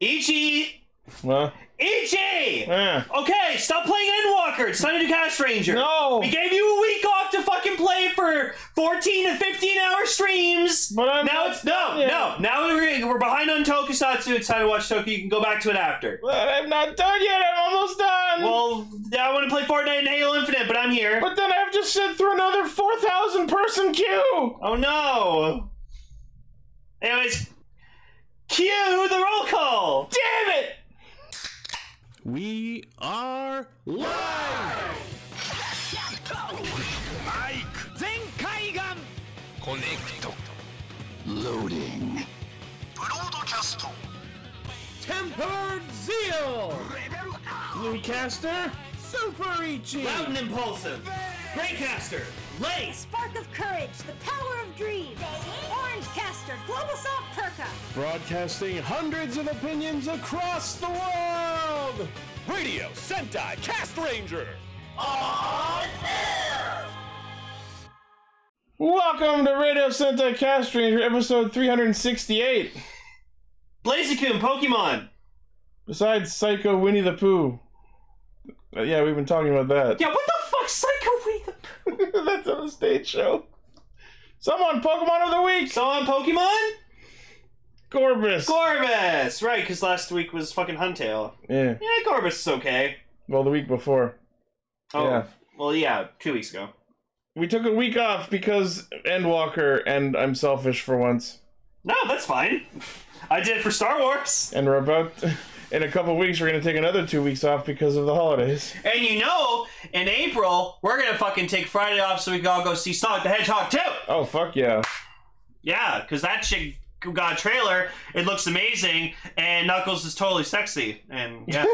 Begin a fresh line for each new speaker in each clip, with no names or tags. Ichi!
Well,
Ichi!
eh.
Okay, stop playing Endwalker. It's time to do Cast Ranger.
No!
We gave you a week off to fucking play for 14 and 15 hour streams.
But I'm
now
not
it's no,
done yet.
no. Now we're we're behind on Tokusatsu. It's time to watch Toku. You can go back to it after.
But I'm not done yet. I'm almost done.
Well, I want to play Fortnite and Halo Infinite, but I'm here.
but then I have to sit through another 4,000 person queue.
Oh no. Anyways, cue the roll call.
Damn it!
We are live!
マイク全海岸コネクトローディングブロードキャスト
Tempered Zeal!
レベルアッ
Bluecaster? Super Ichi!
Loud and impulsive. Greycaster. Lace.
Spark of Courage, The Power of Dreams, Orange Caster, Global Soft Perka,
Broadcasting hundreds of opinions across the world! Radio Sentai Cast Ranger!
Welcome to Radio Santa Cast Ranger, episode 368.
Blaziken. Pokemon.
Besides Psycho Winnie the Pooh. Uh, yeah, we've been talking about that.
Yeah, what the fuck, Psycho Wait the
That's on a stage show. Someone, Pokemon of the Week!
Someone Pokemon?
Gorbis!
Gorbis! Right, because last week was fucking Huntail.
yeah,
Yeah, Gorbis is okay.
well, the week before.
Oh,
Yeah.
well, yeah, two weeks ago.
We took a week off because Endwalker, and I'm selfish for once.
No, that's fine. I did it for Star Wars.
And we're about, in a couple weeks, we're going to take another two weeks off because of the holidays.
And you know, in April, we're gonna fucking take Friday off so we can all go see Sonic the Hedgehog 2!
Oh, fuck yeah.
Yeah, because that shit got a trailer, it looks amazing, and Knuckles is totally sexy. And yeah.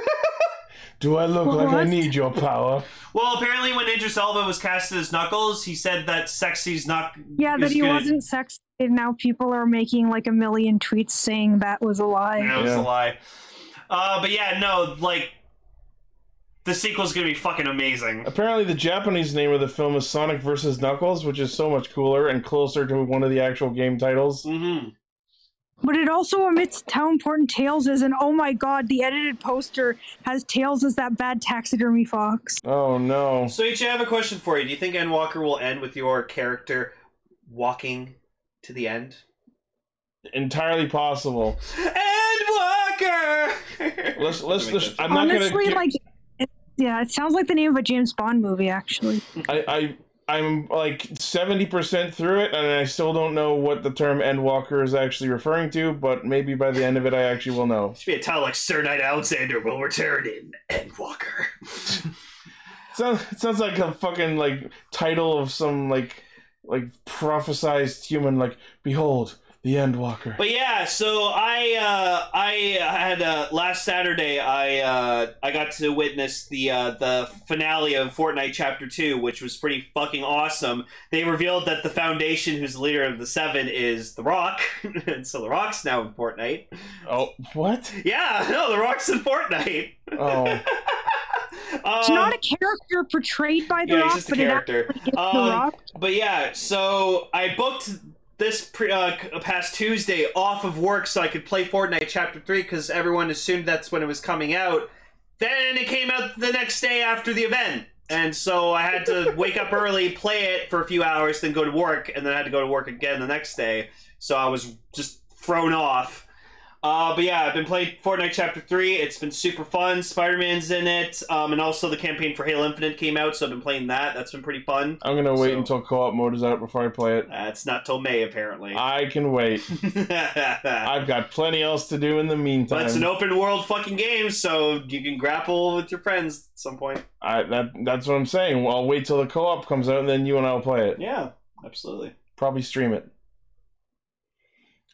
Do I look like I need your power?
well, apparently, when Idris Elba was casted as Knuckles, he said that sexy's not.
Yeah, that
is
he
good.
wasn't sexy. And now people are making like a million tweets saying that was a lie.
That was
Yeah.
a lie. Uh, but yeah, no, like the sequel's gonna be fucking amazing.
Apparently, the Japanese name of the film is Sonic vs. Knuckles, which is so much cooler and closer to one of the actual game titles.
Mm-hmm.
But it also omits how important Tails is, and oh my god, the edited poster has Tails as that bad taxidermy fox.
Oh no.
So, each I have a question for you. Do you think Endwalker will end with your character walking to the end?
Entirely possible.
Endwalker.
Let's let's.
Make
let's
that-
I'm not
Honestly,
gonna.
like, it, yeah, it sounds like the name of a James Bond movie, actually.
I I I'm like seventy percent through it, and I still don't know what the term Endwalker is actually referring to. But maybe by the end of it, I actually will know.
Should be a title like Sir Knight Alexander will return in Endwalker.
Sounds it sounds like a fucking like title of some like like prophesized human. Like behold the Endwalker.
But yeah, so I uh, I had uh, last Saturday I uh, I got to witness the uh, the finale of Fortnite Chapter Two, which was pretty fucking awesome. They revealed that the Foundation, who's the leader of the Seven, is the Rock, and so the Rock's now in Fortnite.
Oh what?
Yeah, no, the Rock's in Fortnite.
Oh.
It's
Um,
not a character portrayed by The
yeah,
Rock,
he's just a
but it
character.
actually is
Um,
The Rock.
But yeah, so I booked this pre- uh, c- past Tuesday off of work so I could play Fortnite Chapter 3 because everyone assumed that's when it was coming out. Then it came out the next day after the event. And so I had to wake up early, play it for a few hours, then go to work, and then I had to go to work again the next day. So I was just thrown off. Uh, but yeah, I've been playing Fortnite Chapter 3. It's been super fun. Spider Man's in it. Um, and also the campaign for Halo Infinite came out, so I've been playing that. That's been pretty fun.
I'm gonna wait
So-
until co-op mode is out before I play it.
Uh, it's not till May, apparently.
I can wait. I've got plenty else to do in the meantime.
but it's an open world fucking game, so you can grapple with your friends at some point.
I, that that's what I'm saying. Well, I'll wait till the co-op comes out, and then you and I'll play it.
Yeah, absolutely.
Probably stream it.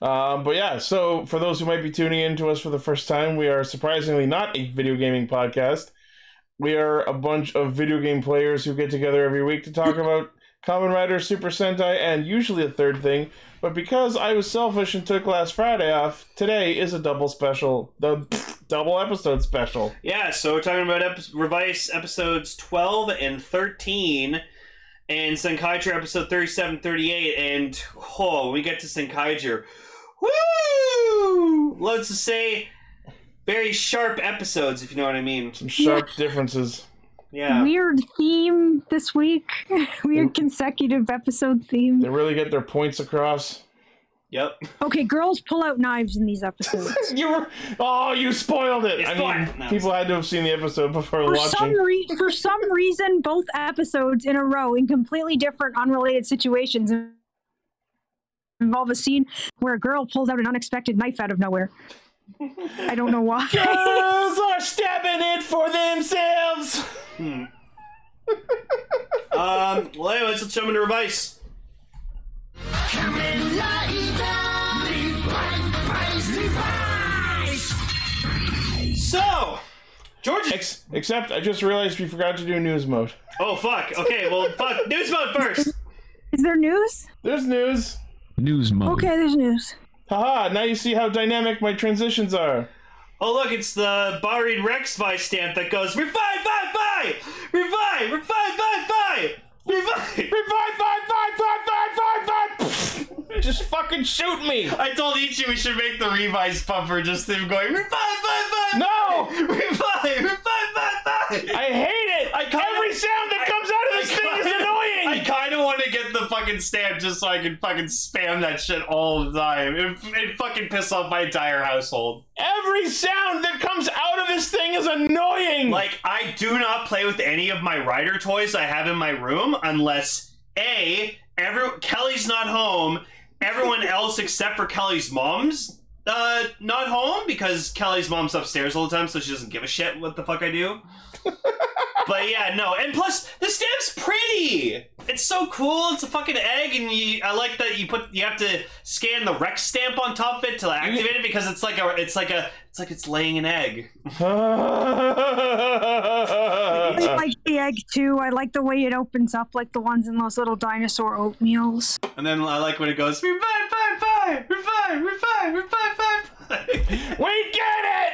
Um, but yeah, so for those who might be tuning in to us for the first time, we are surprisingly not a video gaming podcast. We are a bunch of video game players who get together every week to talk about Common Rider, Super Sentai, and usually a third thing. But because I was selfish and took last Friday off, today is a double special, the double episode special.
Yeah, so we're talking about epi- Revice episodes 12 and 13, and Senkaiger episode 37 38, and oh, when we get to Senkaiger, woo! Let's just say very sharp episodes, if you know what I mean.
Some sharp differences.
Yeah. Mm.
Weird theme this week. Weird consecutive episode theme.
They really get their points across.
Yep.
Okay, girls pull out knives in these episodes.
You were, oh, you spoiled it.
You
I
spoiled
mean,
it. No.
people had to have seen the episode before
For some
watching.
re- for some reason, both episodes in a row in completely different, unrelated situations involve a scene where a girl pulls out an unexpected knife out of nowhere. I don't know why.
Girls are stabbing it for themselves.
Um, well, anyways, let's jump into Revice. So, George.
Ex- except I just realized we forgot to do news mode.
oh fuck. Okay. Well, fuck. News mode first.
Is there news?
There's news.
News mode.
Okay, there's news.
Haha, now you see how dynamic my transitions are.
Oh look, it's the Buried Rex Vice stamp that goes revive, bye, bye, revive, revive, bye, bye, revive.
Revive, vive, vive, vive, vive, vive, vive. Just fucking shoot me.
I told Ichi we should make the revise bumper just him going revive, bye, bye.
No!
revive, revive, bye, bye.
I hate it.
I kinda-
Every sound that comes out of this thing is
I
annoying.
kind of want to get the fucking stamp just so I can fucking spam that shit all the time. It, it fucking piss off my entire household.
Every sound that comes out of this thing is annoying.
Like, I do not play with any of my rider toys I have in my room unless A, every, Kelly's not home, everyone else except for Kelly's mom's uh, not home because Kelly's mom's upstairs all the time, so she doesn't give a shit what the fuck I do. but yeah, no, and plus the stamp's pretty. It's so cool. It's a fucking egg, and you, I like that you put you have to scan the Rex stamp on top of it to activate it because it's like a it's like a it's like it's laying an egg.
I like the egg too. I like the way it opens up, like the ones in those little dinosaur oatmeals.
And then I like when it goes revive, revive, revive, revive, revive, revive, revive.
we get it.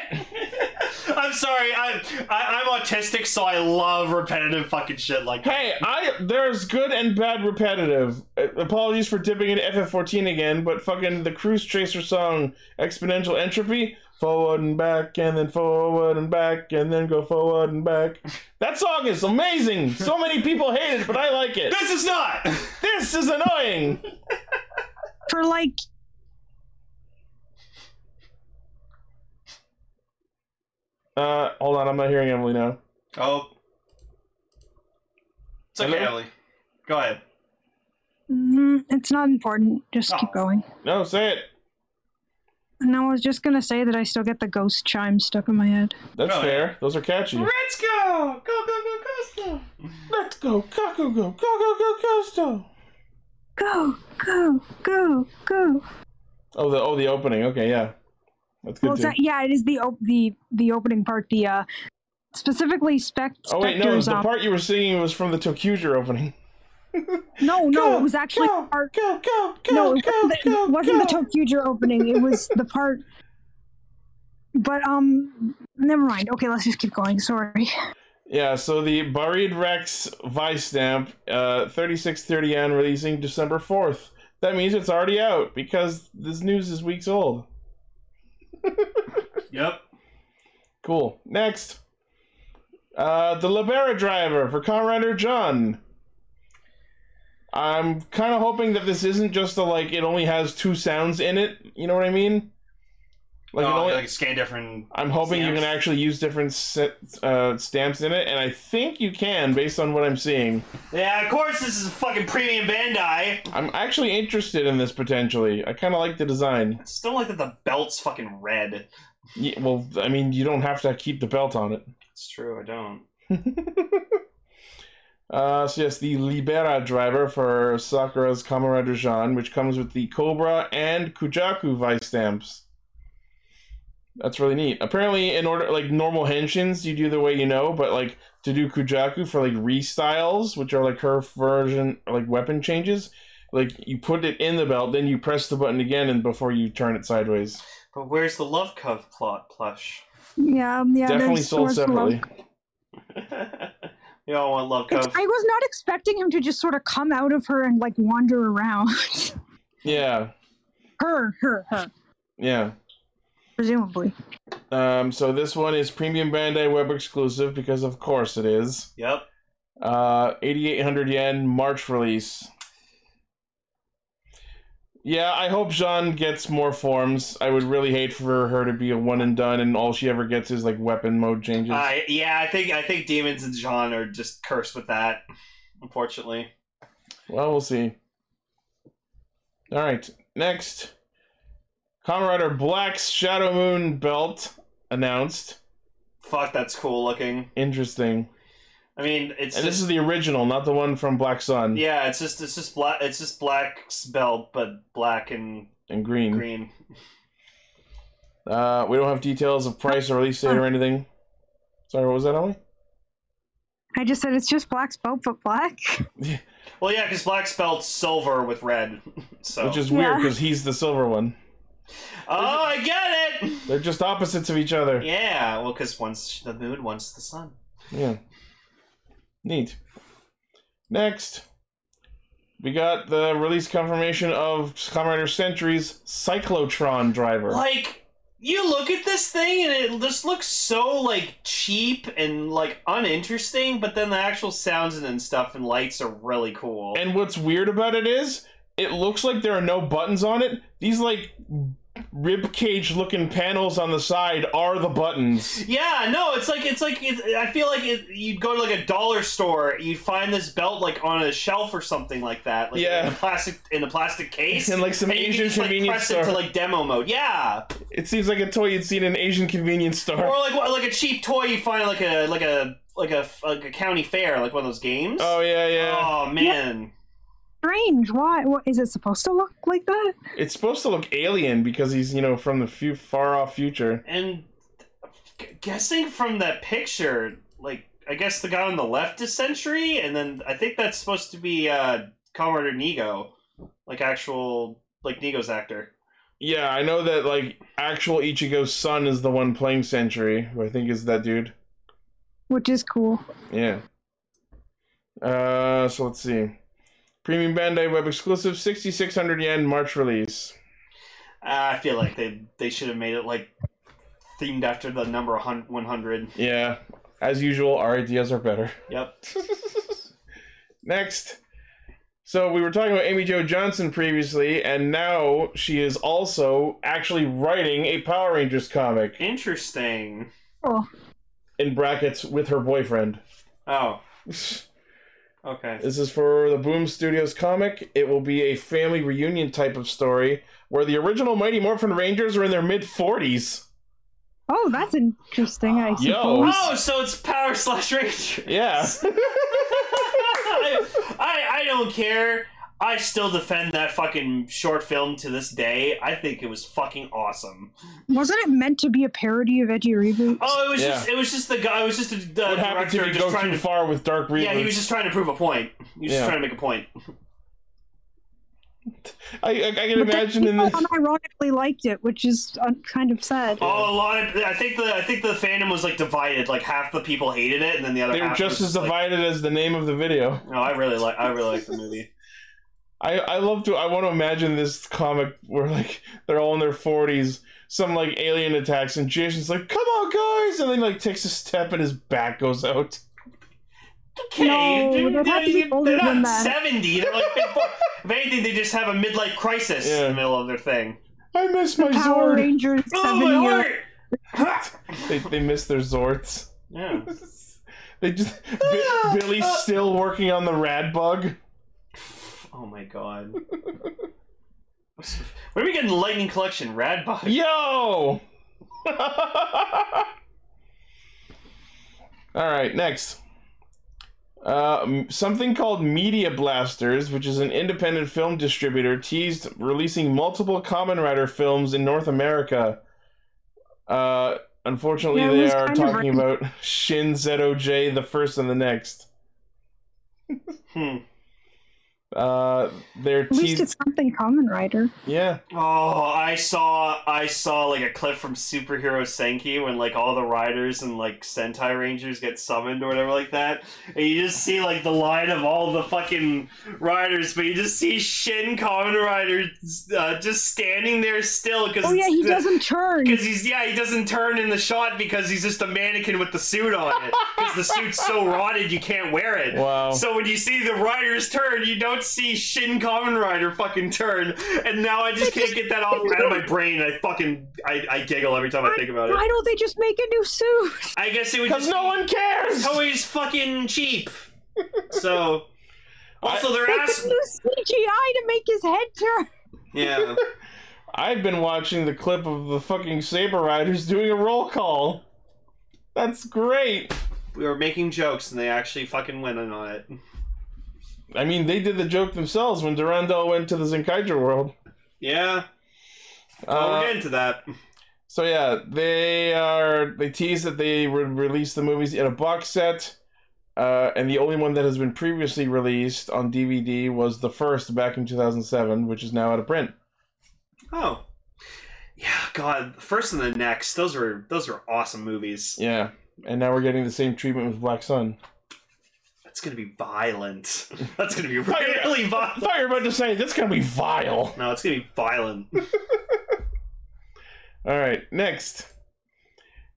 I'm sorry, I, I I'm autistic, so I love repetitive fucking shit like that.
Hey, I there's good and bad repetitive. Uh, Apologies for dipping into FF14 again, but fucking the Cruise Chaser song "Exponential Entropy" forward and back, and then forward and back, and then go forward and back. That song is amazing. So many people hate it, but I like it.
This is not.
This is annoying.
For like
Uh, hold on, I'm not hearing Emily now.
Oh, it's okay,
Hello?
Ellie. Go ahead.
mm, it's not important. Just keep
Oh.
going.
No, say it.
And I was just gonna say that I still get the ghost chime stuck in my head.
That's
Oh, yeah.
fair. Those are catchy.
Let's go! Go, go, go, Costa!
Let's go, go, go, go, go, go, go, Costo.
Go, go, go, go.
Oh, the oh the opening. Okay, yeah, that's good
Well, it's
too.
not, yeah, it is the op- the the opening part. The uh, specifically spec.
Oh wait, no,
Spectre's
the
op-
part you were singing was from the Tokuger opening.
no, no, it was actually
go,
part.
go, go, go,
no, it
go,
wasn't,
go,
the, it wasn't
go.
the Tokuger opening. It was the part. But um, never mind. Okay, let's just keep going. Sorry.
Yeah, so the Buried Rex Vice Stamp, uh, 3630N, releasing December 4th. That means it's already out because this news is weeks old.
Yep.
Cool. Next. Uh, the Libera driver for Conrider John. I'm kind of hoping that this isn't just a like it only has two sounds in it. You know what I mean? Like it
oh,
only,
like scan different.
I'm hoping you
stamps.
can actually use different se- uh, stamps in it, and I think you can based on what I'm seeing.
Yeah, of course this is a fucking premium Bandai.
I'm actually interested in this potentially. I kind of like the design.
Still like that the belt's fucking red.
Ye- well, I mean, you don't have to keep the belt on it.
It's true. I don't.
Uh, so yes, the Libera driver for Sakura's Kamen Rider Jean, which comes with the Cobra and Kujaku vice stamps. That's really neat. Apparently, in order like normal henshins, you do the way you know, but like to do Kujaku for like restyles, which are like her version like weapon changes, like you put it in the belt, then you press the button again, and before you turn it sideways,
But where's the love cove plot plush?
Yeah, um, yeah.
definitely
there's-
sold
there's love.
separately.
we all want love
It's-
cove.
I was not expecting him to just sort of come out of her and like wander around.
Yeah,
her, her, her.
yeah.
Presumably.
Um, so this one is premium Bandai web exclusive because of course it is.
Yep.
Uh, 8,800 yen March release. Yeah, I hope Jean gets more forms. I would really hate for her to be a one and done, and all she ever gets is like weapon mode changes.
I Uh, yeah, I think I think demons and John are just cursed with that, unfortunately.
Well, we'll see. All right, next, Kamen Rider Black's Shadow Moon belt announced.
Fuck, that's cool looking.
Interesting.
I mean, it's
And this
just-
is the original, not the one from Black Sun
yeah, it's just it's just black it's just black's belt, but black and
and Green.
green.
Uh, we don't have details of price or release date or anything. Sorry, what was that, Ellie?
I just said it's just black's boat, but black.
Well, yeah, because black's belt silver with red. So
Which is weird
Yeah.
because he's the silver one.
oh, I get it.
They're just opposites of each other. Yeah.
Yeah, well, because one's the moon, one's the sun.
Neat. Next, we got the release confirmation of Kamen Rider Century's Cyclotron driver.
Like, you look at this thing and it just looks so, like, cheap and, like, uninteresting, but then the actual sounds and stuff and lights are really cool.
And what's weird about it is, it looks like there are no buttons on it. These like rib cage looking panels on the side are the buttons.
yeah, no, it's like it's like it, I feel like it, you'd go to like a dollar store, you'd find this belt like on a shelf or something like that, like
Yeah.
in a plastic in a plastic case,
And, like, some
you can
Asian
just, like,
convenience
press it
store.
to like demo mode. Yeah,
It seems like a toy you'd seen in an Asian convenience store.
or like what, like a cheap toy you find at, like a like a like a like a county fair, like one of those games.
Oh yeah, yeah.
Oh man.
Strange. Why? What is it supposed to look like that?
It's supposed to look alien because he's you know from the few far off future.
And g- guessing from that picture, like I guess the guy on the left is Century, and then I think that's supposed to be uh Comrade Nego, like actual like Nego's actor.
Yeah, I know that like actual Ichigo's son is the one playing Century, who I think is that dude.
Which is cool.
Yeah. Uh, so let's see. Premium Bandai web exclusive, sixty six hundred yen March release.
Ah, I feel like they they should have made it like themed after the number one hundred.
Yeah, as usual, our ideas are better.
Yep.
Next. So we were talking about Amy Jo Johnson previously, and now she is also actually writing a Power Rangers comic
Interesting.
Cool.
in brackets with her boyfriend.
Oh. Okay.
This is for the Boom Studios comic. It will be a family reunion type of story where the original Mighty Morphin Rangers are in their mid 40s.
Oh, that's interesting. I
Yo.
suppose.
Oh, so it's Power Slash Ranger.
Yeah.
I, I I don't care. I still defend that fucking short film to this day. I think it was fucking awesome.
Wasn't it meant to be a parody of Edgy Reboot?
Oh, it was
Yeah.
just it was just the guy. It was just the, the
what happened
director
to you
just
go
trying
too
to.
far with Dark Reboots?
Yeah, he was just trying to prove a point. He was
Yeah.
just trying to make a point.
I, I, I can
But then
imagine in
people
this.
unironically liked it, which is uh, kind of sad.
Oh, a lot of I think the I think the fandom was like divided. Like half the people hated it, and then the other
They were
half
just
was
as
like,
divided as the name of the video.
No, I really like I really like the movie.
I, I love to I want to imagine this comic where like they're all in their forties, some like alien attacks, and Jason's like, "Come on, guys!" and then like takes a step and his back goes out.
Okay,
No,
they're,
they'd have to be
they're
older
not
than that.
seventy. They're like big boy. if anything, they just have a midlife crisis in
Yeah.
the middle of their thing.
I miss my
Power
Zord.
Rangers
Oh
seven
my
year.
word!
They, they miss their Zords.
Yeah.
They just Bi- Billy's still working on the rad bug.
Oh my god. What are we getting? Lightning Collection Radbot.
Yo. all right, next. Uh, m- something called Media Blasters, which is an independent film distributor, teased releasing multiple Common Rider films in North America. Uh, unfortunately,
Yeah, it
they
was
are
kind of
talking
random.
about Shin ZOJ, the first and the next.
Hmm.
Uh, they're
At least
teasing.
it's something common, Rider.
Yeah,
Oh, I saw I saw like a clip from Superhero Senki when like all the riders and like Sentai Rangers get summoned or whatever like that, and you just see like the line of all the fucking riders, but you just see Shin Kamen Rider uh, just standing there still because
Oh yeah, he doesn't turn.
because he's yeah he doesn't turn in the shot because he's just a mannequin with the suit on it because the suit's so rotted you can't wear it.
Wow.
So when you see the rider's turn, you don't see Shin Kamen Rider fucking turn, and now I just can't get that off out of my brain. I fucking I, I giggle every time I think about
Why
it.
don't they just make a new suit?
I guess it would
because
just
no one cares.
be always fucking cheap. So also their
They
ass
could use CGI to make his head turn.
yeah.
I've been watching the clip of the fucking Saber Riders doing a roll call. That's great.
We were making jokes and they actually fucking went in on it.
I mean, they did the joke themselves when Durandal went to the Zenkaija world.
Yeah. Well,
Uh,
we'll get into that.
So yeah, they are they tease that they would release the movies in a box set, uh, and the only one that has been previously released on DVD was the first back in 2007, which is now out of print.
Oh. Yeah, God. First and the next. Those were those were awesome movies.
Yeah, and now we're getting the same treatment with Black Sun.
That's gonna be violent. That's gonna be really
I
violent.
thought you were about to say that's gonna be vile.
No, it's gonna be violent.
All right, next.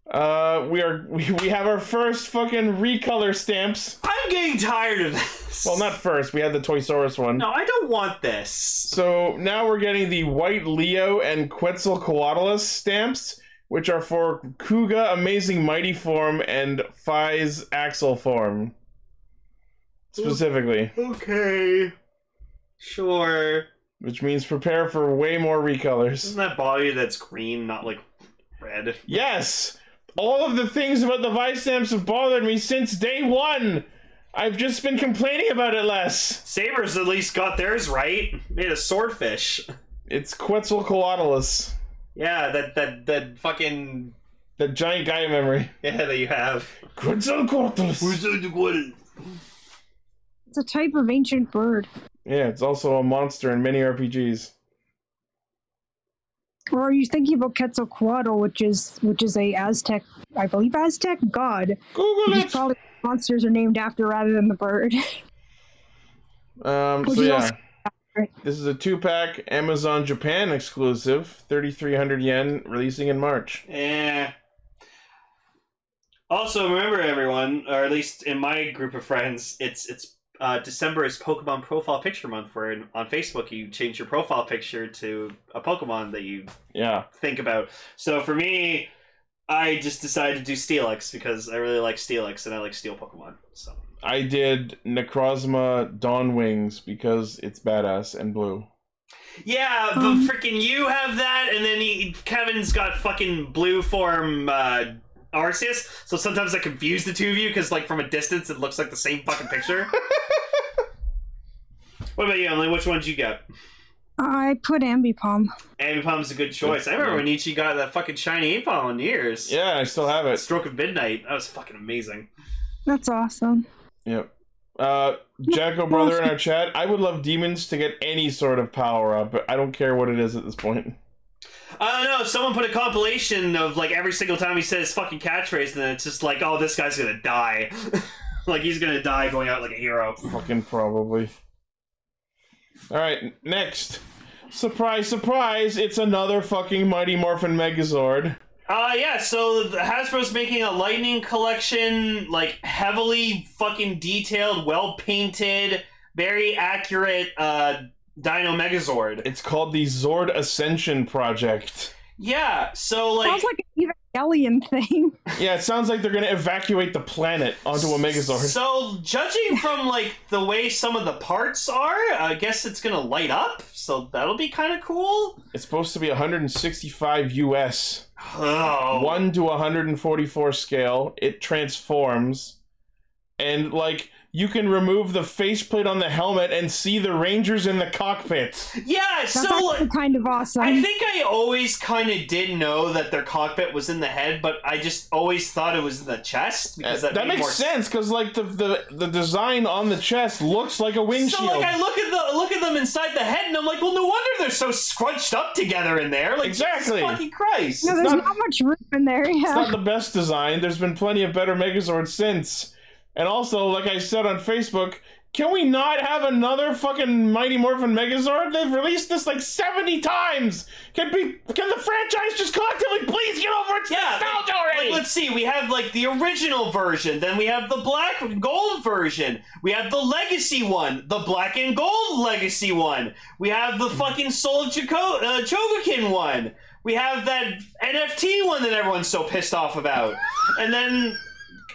Uh, we are we, we have our first fucking recolor stamps.
I'm getting tired of this.
Well, not first. We had the Toy Saurus one.
No, I don't want this.
So now we're getting the White Leo and Quetzalcoatlus stamps, which are for Kuga Amazing Mighty form and Phi's Axel form. Specifically,
Okay. Sure.
which means prepare for way more recolors.
Isn't that body that's green, not like red?
Yes! All of the things about the Vice stamps have bothered me since day one! I've just been complaining about it less!
Sabers at least got theirs right. Made a swordfish.
It's Quetzalcoatlus,
Yeah, that that that fucking
that giant guy memory.
yeah that you have.
Quetzalcoatlus!
It's a type of ancient bird,
Yeah, it's also a monster in many RPGs.
or are you thinking about Quetzalcoatl, which is which is a Aztec, I believe Aztec god.
Google
Which is
it.
probably what monsters are named after rather than the bird.
Um,
Which
so
is
yeah,
also- Right.
this is a two-pack Amazon Japan exclusive, thirty-three hundred yen, releasing in March.
Eh. Also, remember everyone, or at least in my group of friends, it's it's uh, December is Pokemon profile picture month. Where in, on Facebook you change your profile picture to a Pokemon that you
Yeah,
think about. So for me, I just decided to do Steelix because I really like Steelix and I like Steel Pokemon. So
I did Necrozma Dawn Wings because it's badass and blue.
yeah, but
Um.
freaking you have that, and then he, Kevin's got fucking blue form. Uh, Arceus, so sometimes I confuse the two of you because, like, from a distance, it looks like the same fucking picture. What about you, Emily? Which ones you got?
I put ambipom.
Ambipom's a good choice. I remember when Ichi got that fucking shiny Ambipom on New Year's.
yeah, I still have it.
Stroke of Midnight. That was fucking amazing.
That's awesome.
Yep. Uh, Jacko brother in our chat. I would love demons to get any sort of power up, but I don't care what it is at this point.
I don't know. Someone put a compilation of like every single time he says fucking catchphrase, and then it's just like, oh, this guy's gonna die. like he's gonna die going out like a hero.
Fucking probably. All right, next. Surprise, surprise! It's another fucking Mighty Morphin Megazord.
Uh, yeah, so the- Hasbro's making a lightning collection, like heavily fucking detailed, well painted, very accurate uh, Dino Megazord.
It's called the Zord Ascension Project.
Yeah, so like.
Sounds like an Evangelion thing.
Yeah, it sounds like they're gonna evacuate the planet onto a Megazord.
So, judging from like the way some of the parts are, I guess it's gonna light up. So that'll be kind of cool.
It's supposed to be 165 US,
Oh,
1 to 144 scale. It transforms. And, like, you can remove the faceplate on the helmet and see the Rangers in the cockpit.
Yeah,
That's
so like,
actually kind of awesome.
I think I always kind of did know that their cockpit was in the head, but I just always thought it was in the chest because that,
Eh, that
made
makes
more
sense because like the, the the design on the chest looks like a
So
windshield.
like I look at the look at them inside the head, and I'm like, well, no wonder they're so scrunched up together in there. Like Jesus
Exactly.
fucking Christ.
no, there's
not-
not, much room in there. Yeah.
it's not the best design. There's been plenty of better Megazords since. And also, like I said on Facebook, can we not have another fucking Mighty Morphin Megazord? They've released this like 70 times. Can be can the franchise just collectively please get over its
Yeah,
nostalgia
like-
already?
like, let's see. We have like the original version, then we have the black and gold version. We have the legacy one, the black and gold legacy one. We have the fucking Soul of Choco- uh, Chogokin one. We have that NFT one that everyone's so pissed off about. And then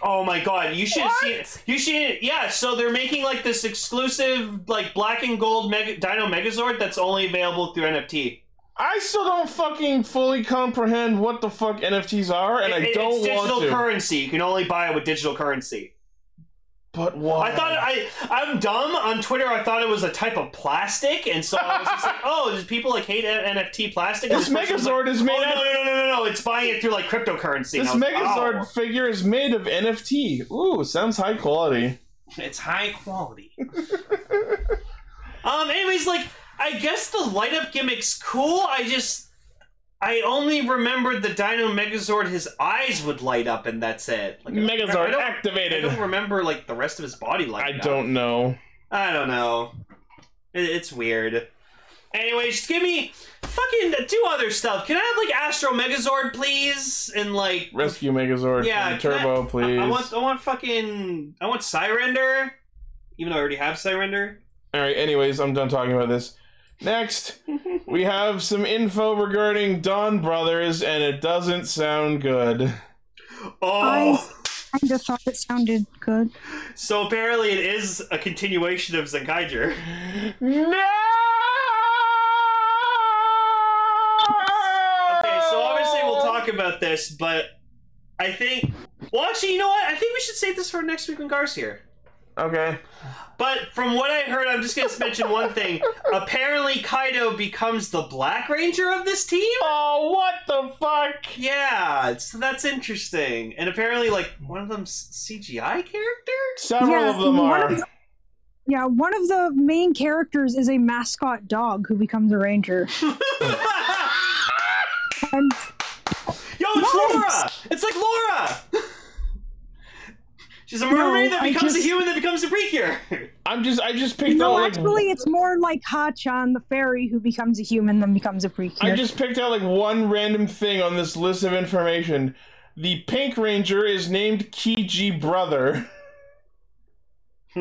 Oh my god, you should have seen it. You should yeah, so they're making like this exclusive like black and gold Mega, Dino Megazord that's only available through NFT.
I still don't fucking fully comprehend what the fuck NFTs are, and I
It-
don't
it's digital
want to.
currency. You can only buy it with digital currency.
but why?
I thought I I'm dumb on Twitter. I thought it was a type of plastic, and so I was just like, oh, does people like hate N- NFT plastic? And
This
this person was
Megazord
like,
is made
Oh,
out-
no, no, no, no, no, no! It's buying it through like cryptocurrency. And
this
I was like,
Megazord
oh.
figure is made of NFT. Ooh, sounds high quality.
It's high quality. um. Anyways, like I guess the light up gimmick's cool. I just I only remembered the Dino Megazord. His eyes would light up, and that's it. Like, I don't- I
Megazord
don't- I
activated.
don't remember like the rest of his body
I
lighting up.
don't know.
I don't know. It, it's weird. Anyways, just give me fucking do other stuff. Can I have like Astro Megazord, please? And like,
Rescue Megazord
yeah,
from
can I-
Turbo,
I-
please.
I, want, I want fucking, I want Cyrender. Even though I already have Cyrender.
All right. Anyways, I'm done talking about this. Next, we have some info regarding Don Brothers, and it doesn't sound good.
Oh,
I kind of thought it sounded good.
so apparently it is a continuation of Zenkaiger.
No.
Okay, so obviously we'll talk about this, but I think, well, actually, you know what? I think we should save this for next week when Gar's here.
Okay.
But from what I heard, I'm just going to mention one thing. Apparently, Kaido becomes the Black Ranger of this team.
Oh, what the fuck?
Yeah, so that's interesting. And apparently, like one of them's CGI character.
Several
yeah,
of them
one
are.
of the- yeah, one of the main characters is a mascot dog who becomes a ranger. And
Yo, it's
What?
Laura. It's like Laura. She's a mermaid that
I
becomes a
just-
human that becomes a precure.
I'm just. I just picked out
no,
like.
actually, it's more like Hachan the fairy who becomes a human, then becomes a precure.
I just picked out like one random thing on this list of information. The Pink Ranger is named Kiji Brother.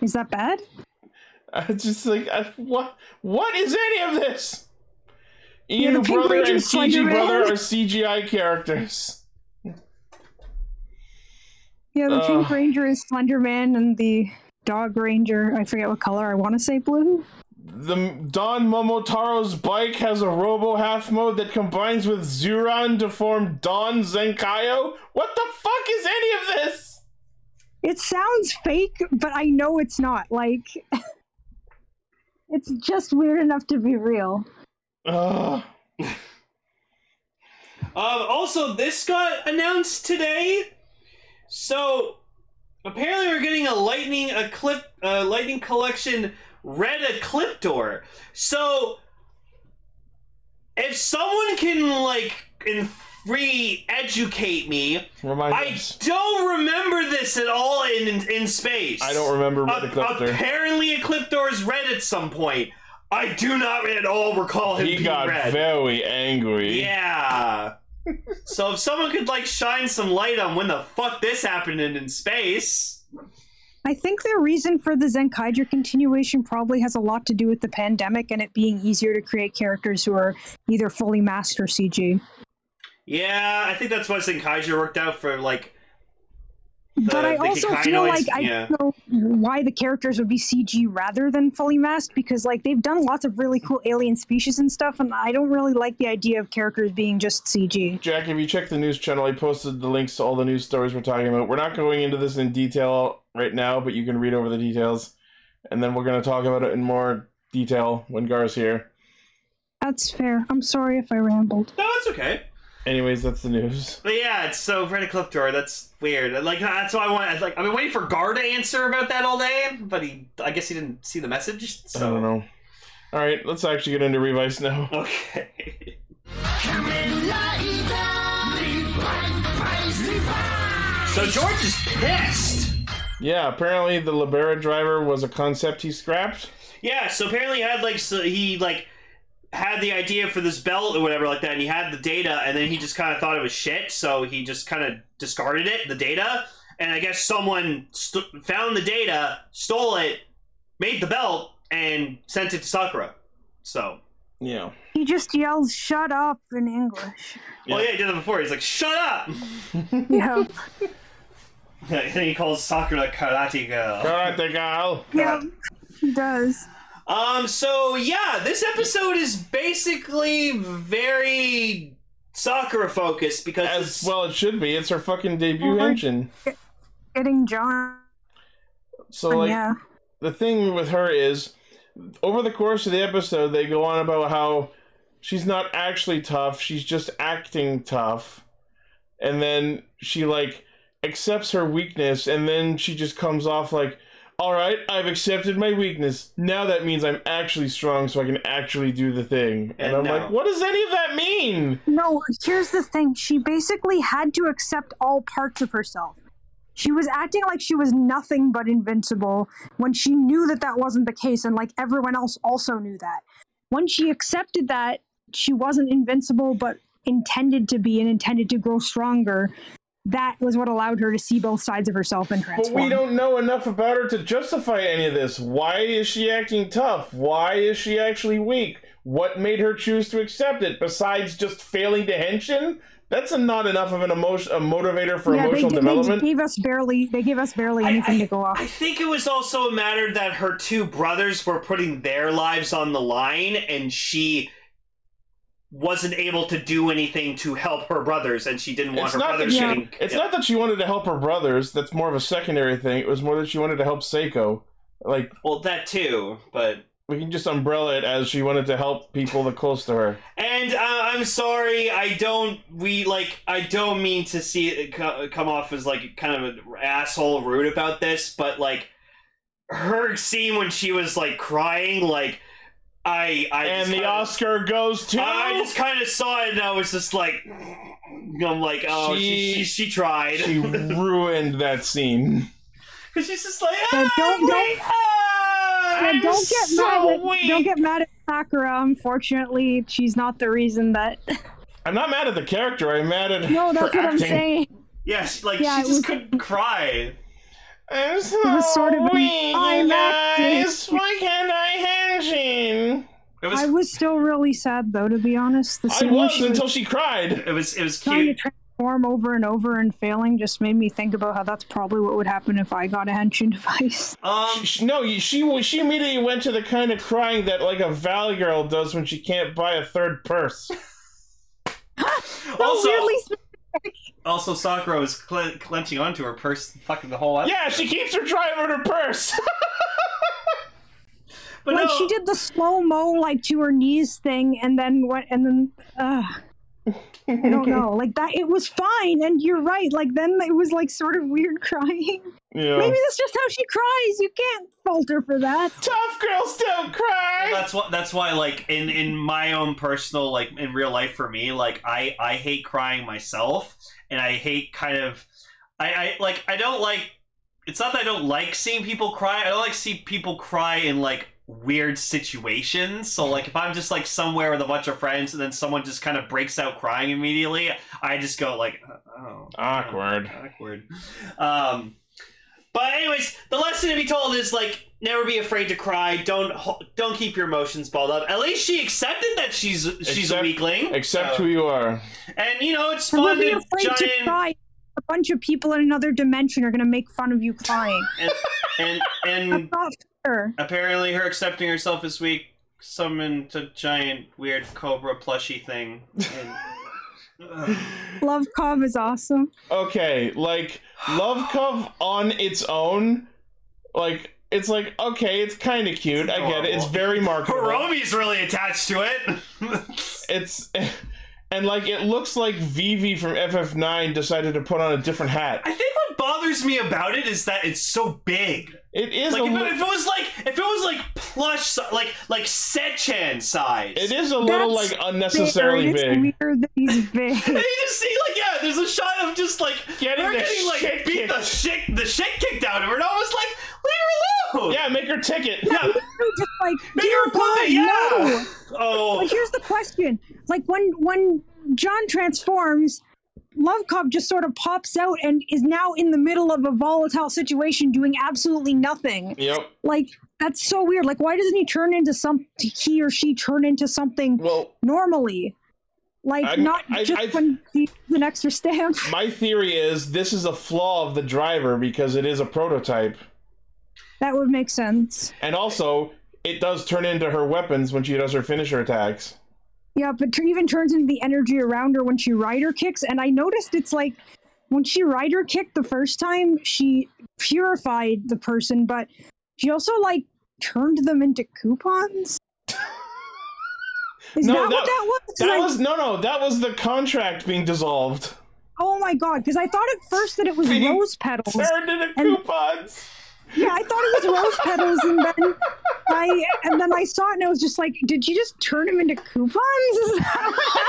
Is that bad?
I just like I, what? What is any of this? Ian
the Pink
Brother and
Ranger's
Kiji
Slenderman.
Brother are CGI characters.
Yeah, the Pink
Ugh.
Ranger is Slender Man, and the Dog Ranger, I forget what color, I want to say blue.
The Don Momotaro's bike has a Robo Half mode that combines with Zuran to form Don Zenkaio. What the fuck is any of this?
It sounds fake, but I know it's not. Like, it's just weird enough to be real.
Ugh.
Um, also, this got announced today. So apparently, we're getting a lightning eclipse, uh, lightning collection red ecliptor. So if someone can like in re-educate me,
Remind
I
us.
don't remember this at all in in, in space.
I don't remember what
A-
the Ecliptor.
Apparently, Ecliptor is red at some point. I do not at all recall him
He
being
got
red.
very angry.
Yeah. so if someone could like shine some light on when the fuck this happened in, in space.
I think the reason for the Zenkaiger continuation probably has a lot to do with the pandemic and it being easier to create characters who are either fully masked or CG.
Yeah, I think that's why Senkaiger worked out for like
but I
the
also
Kikinoids,
feel like I
yeah.
don't know why the characters would be CG rather than fully masked because like they've done lots of really cool alien species and stuff, and I don't really like the idea of characters being just CG.
Jack, if you check the news channel, I posted the links to all the news stories we're talking about. We're not going into this in detail right now, but you can read over the details, and then we're gonna talk about it in more detail when Gar's here.
That's fair. I'm sorry if I rambled.
No, it's okay.
Anyways, that's the news.
But yeah, it's so Freddy Clifford. That's weird. Like that's why I want. Like I've been waiting for Gar to answer about that all day, but he. I guess he didn't see the message. So
I don't know. All right, let's actually get into Revice now.
Okay. So George is pissed.
Yeah, apparently the Libera driver was a concept he scrapped.
Yeah, so apparently he had like so he like had the idea for this belt or whatever like that, and he had the data, and then he just kind of thought it was shit, so he just kind of discarded it, the data, and I guess someone st- found the data, stole it, made the belt, and sent it to Sakura. So,
Yeah.
He just yelled, shut up in English.
well, yeah, he did that before. He's like, "Shut up!"
Yeah.
and then he calls Sakura karate girl.
All right, the gal.
yeah. He does.
Um, so yeah, this episode is basically very Sakura focused because
As
it's-
well, it should be. It's her fucking debut
Mhm.
engine.
Getting John.
So like,
yeah.
the thing with her is over the course of the episode they go on about how she's not actually tough she's just acting tough and then she like accepts her weakness and then she just comes off like all right i've accepted my weakness now that means i'm actually strong so i can actually do the thing and,
And
i'm
no.
like what does any of that mean
No, here's the thing. She basically had to accept all parts of herself. She was acting like she was nothing but invincible when she knew that that wasn't the case, and like everyone else also knew that. When she accepted that she wasn't invincible, but intended to be and intended to grow stronger, that was what allowed her to see both sides of herself and
But
transform.
we don't know enough about her to justify any of this. Why is she acting tough? Why is she actually weak? What made her choose to accept it besides just failing to henshin? That's a, not enough of an emotion, a motivator for
yeah, they,
emotional
did- they
development.
gave us barely. They gave us barely anything to go off.
I think it was also a matter that her two brothers were putting their lives on the line, and she wasn't able to do anything to help her brothers, and she didn't want
It's
her
not that
brothers
she,
getting.
it's not that she wanted to help her brothers. That's more of a secondary thing. It was more that she wanted to help Seiko. Like
well, that too, but
we can just umbrella it as she wanted to help people that close to her.
and uh, I'm sorry, I don't. We like, I don't mean to see it co- come off as like kind of an asshole rude about this, but like her scene when she was like crying, like I, I just
And the
kinda-
Oscar goes to
I just kind of saw it and I was just like, I'm like, oh, she,
She-
she, she tried.
she ruined that scene.
Because she's just like,
Yeah,
ah,
don't-
wait, ah,
Yeah,
I'm
don't get
so
mad. At,
weak.
don't get mad at Sakura. Unfortunately, she's not the reason that.
I'm not mad at the character. I'm mad at
No, that's
her
what I'm
acting.
saying.
yeah, she, like,
Yeah,
she
it
just
was-
couldn't cry.
I'm so
was sort of an
weak, you
I'm acting.
guys. Why can't I henshin?
It was,
I was still really sad, though, to be honest. The
I
scene where
was
she was
until she cried.
it was, it was
trying to
cute.
transform over and over and failing just made me think about how that's probably what would happen if I got a henshin device.
Um,
She- No, you- she wa- she immediately went to the kind of crying that like a Valley girl does when she can't buy a third purse.
also,
Weirdly sp-
also, Sakura was cle- clenching onto her purse, fucking the whole.
Yeah, she keeps her driver in her purse.
but
like
no,
she did the slow mo like to her knees thing, and then what? And then, uh, I don't know. Like that, it was fine, and you're right. Like then it was like sort of weird crying.
yeah.
Maybe that's just how she cries. You can't falter for that.
Tough girls don't cry.
Well, that's why. That's why. Like in in my own personal, like in real life, for me, like I I hate crying myself, and I hate kind of, I I like I don't like. It's not that I don't like seeing people cry. I don't like see people cry in like weird situations. So like if I'm just like somewhere with a bunch of friends and then someone just kind of breaks out crying immediately, I just go like, oh,
Awkward.
awkward. Um, but anyways, the lesson to be told is like never be afraid to cry. Don't ho- don't keep your emotions balled up. At least she accepted that she's she's
Accept-
a weakling.
Except
So-
who you are.
and you know it
Never
spawned
be
a
afraid
giant
to cry. A bunch of people in another dimension are gonna make fun of you crying.
and
That's
and
not fair.
apparently her accepting herself this week summoned a giant weird cobra plushie thing. And,
Love Cove is awesome.
okay, like Love Cove on its own, like it's like okay, it's kind of cute. I get it. It's very marketable.
Hiromi's really attached to it.
It's and like it looks like Vivi from FF9 decided to put on a different hat.
I think what bothers me about it is that it's so big.
It is
Like
a
if
li-
it, if it was like if it was like plush, si- like like Sechan size.
it is a little
That's
like unnecessarily
It's
big.
weird that he's big.
And you just see like yeah, there's a shot of just like
Getting
her
the
getting like
shit
beat
kicked.
the shit the shit kicked out of her, and I was like, leave her alone.
Yeah, make her ticket.
yeah,
just like
make
dear
her
God,
play. Yeah.
no.
Oh,
But here's the question: like when when John transforms, Love Cub just sort of pops out and is now in the middle of a volatile situation, doing absolutely nothing.
Yep.
Like that's so weird. Like why doesn't he turn into some? He or she turn into something
Well,
normally, like
I'm-
not
I-
just
I-
when he has an extra stamp.
my theory is this is a flaw of the driver because it is a prototype.
That would make sense.
And also, it does turn into her weapons when she does her finisher attacks.
Yeah, but t- even turns into the energy around her when she rider kicks. And I noticed it's like when she rider kicked the first time, she purified the person, but she also like turned them into coupons. Is
No, that-
that, what that was? 'Cause
That
I-
was no, no. That was the contract being dissolved.
oh my god! Because I thought at first that it was
Being
rose petals.
Turned into
And-
coupons.
Yeah, I thought it was rose petals, and then I and then I saw it, and I was just like, "Did you just turn them into coupons? Is that what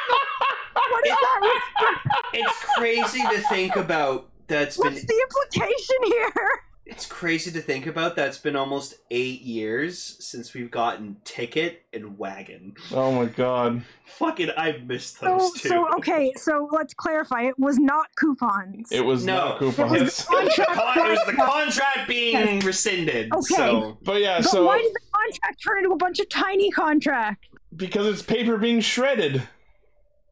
happened? What is that?
it's crazy to think about. That's
What's the implication here?"
It's crazy to think about that's been almost eight years since we've gotten Ticket and Wagon.
Oh my god.
Fucking, I missed
So,
Oh,
those two.
so okay, so let's clarify. It was not coupons.
It was
No.
not
It
coupons.
was, it was the contract being rescinded.
Okay.
So
But yeah,
but
so
why did the contract turn into a bunch of tiny contracts?
because it's paper being shredded.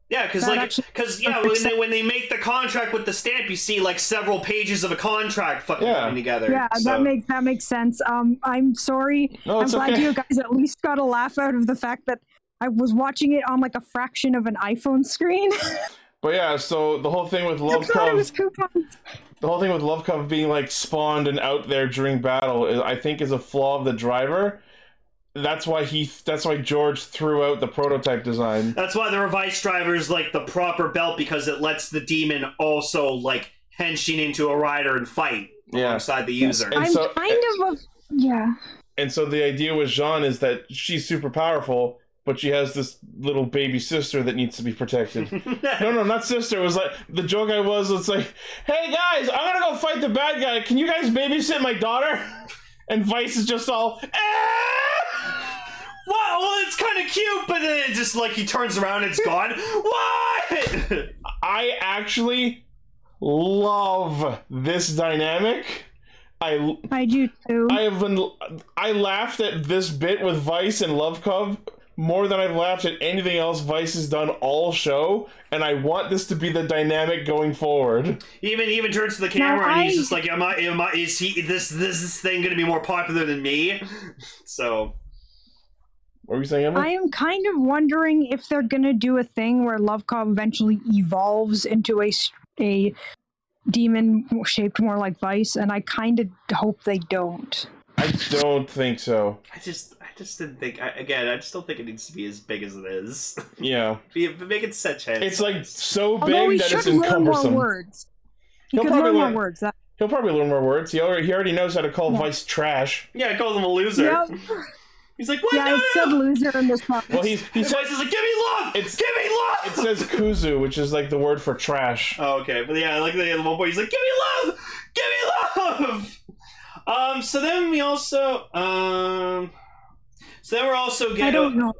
yeah, because
That
like,
actually-
because yeah, when they, when they make the contract with the stamp, you see like several pages of a contract fucking
Yeah.
coming together.
Yeah,
so.
that makes that makes sense. Um, I'm sorry.
No,
I'm
it's
glad
okay.
you guys at least got a laugh out of the fact that I was watching it on like a fraction of an iPhone screen.
But yeah, so the whole thing with
I
Love
thought it
Cove,
was coupons.
the whole thing with Love Cove being like spawned and out there during battle, is, I think, is a flaw of the driver. That's why he. That's why George threw out the prototype design.
That's why the revised driver is like the proper belt because it lets the demon also like henching into a rider and fight
Yeah.
alongside the user.
And
I'm
so- eh,
kind of a yeah.
And so the idea with Jean is that she's super powerful, but she has this little baby sister that needs to be protected. no, no, not sister. It was like the joke I was. It's like, hey guys, I'm gonna go fight the bad guy. Can you guys babysit my daughter? And Vice is just all. "Ah!"
Wow, well, it's kind of cute, but then it just like he turns around, it's gone. What?
I actually love this dynamic. I
I do too.
I have been I laughed at this bit with Vice and Love Cove more than I've laughed at anything else Vice has done all show, and I want this to be the dynamic going forward.
He even he even turns to the camera
Now
and he's
I-
just like, "Am I? Am I? Is he? This this this thing gonna be more popular than me?" So
What were you saying, Emma?
I am kind of wondering if they're gonna do a thing where Lovecom eventually evolves into a s- a demon shaped more like Vice, and I kind of hope they don't.
I don't think so.
I just I just didn't think. I, again, I just don't think it needs to be as big as it is.
Yeah,
Be- Make it such a.
it's like so
Although we
big that
should
it's
learn more
encumbersome.
words. He
He'll
could
probably
learn more
learn-
words. That,
He'll probably learn more words. He already he already knows how to call Vice trash.
yeah, call him a loser.
yeah,
He's like, "What?
yeah,
no,
it
no,
said
no."
loser in this one.
Well, he's he
His
says
voice is like, "Give me love!
It's-
Give me love!"
it says kuzu, which is like the word for trash.
Oh, okay. But yeah, like the one boy, he's like, "Give me love, give me love." Um. So then we also um. So then we're also
I
getting.
don't know.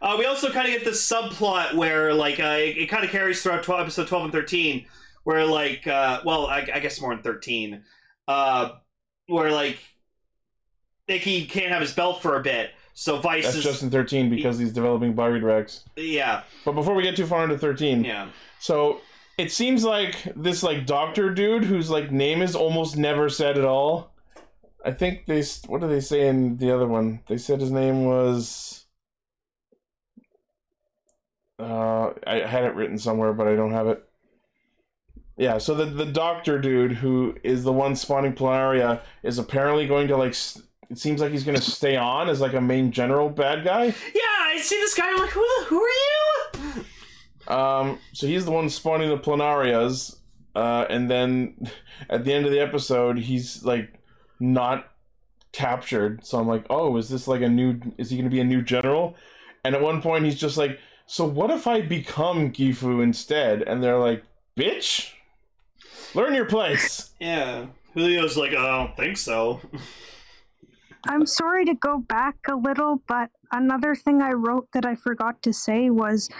Uh, we also kind of get this subplot where like uh, it, it kind of carries throughout 12, episode twelve and thirteen, where like uh, well, I, I guess more in thirteen, uh, where like Nicky can't have his belt for a bit, so Vice
That's
is
Justin thirteen because he's developing Byredox.
yeah
But before we get too far into thirteen,
yeah.
So it seems like this like doctor dude whose like name is almost never said at all. I think they s- what do they say in the other one? They said his name was Uh, I had it written somewhere, but I don't have it. Yeah, so the the doctor dude who is the one spawning Planaria is apparently going to like. s It seems like he's going to stay on as like a main general bad guy.
Yeah, I see this guy. I'm like, who, the- who are you?
Um, so he's the one spawning the planarias, uh, and then at the end of the episode, he's like not captured. So I'm like, oh, is this like a new? Is he going to be a new general? And at one point, he's just like, so what if I become Gifu instead? And they're like, bitch, learn your place.
Yeah. Julio's like, I don't think so.
I'm sorry to go back a little, but another thing I wrote that I forgot to say was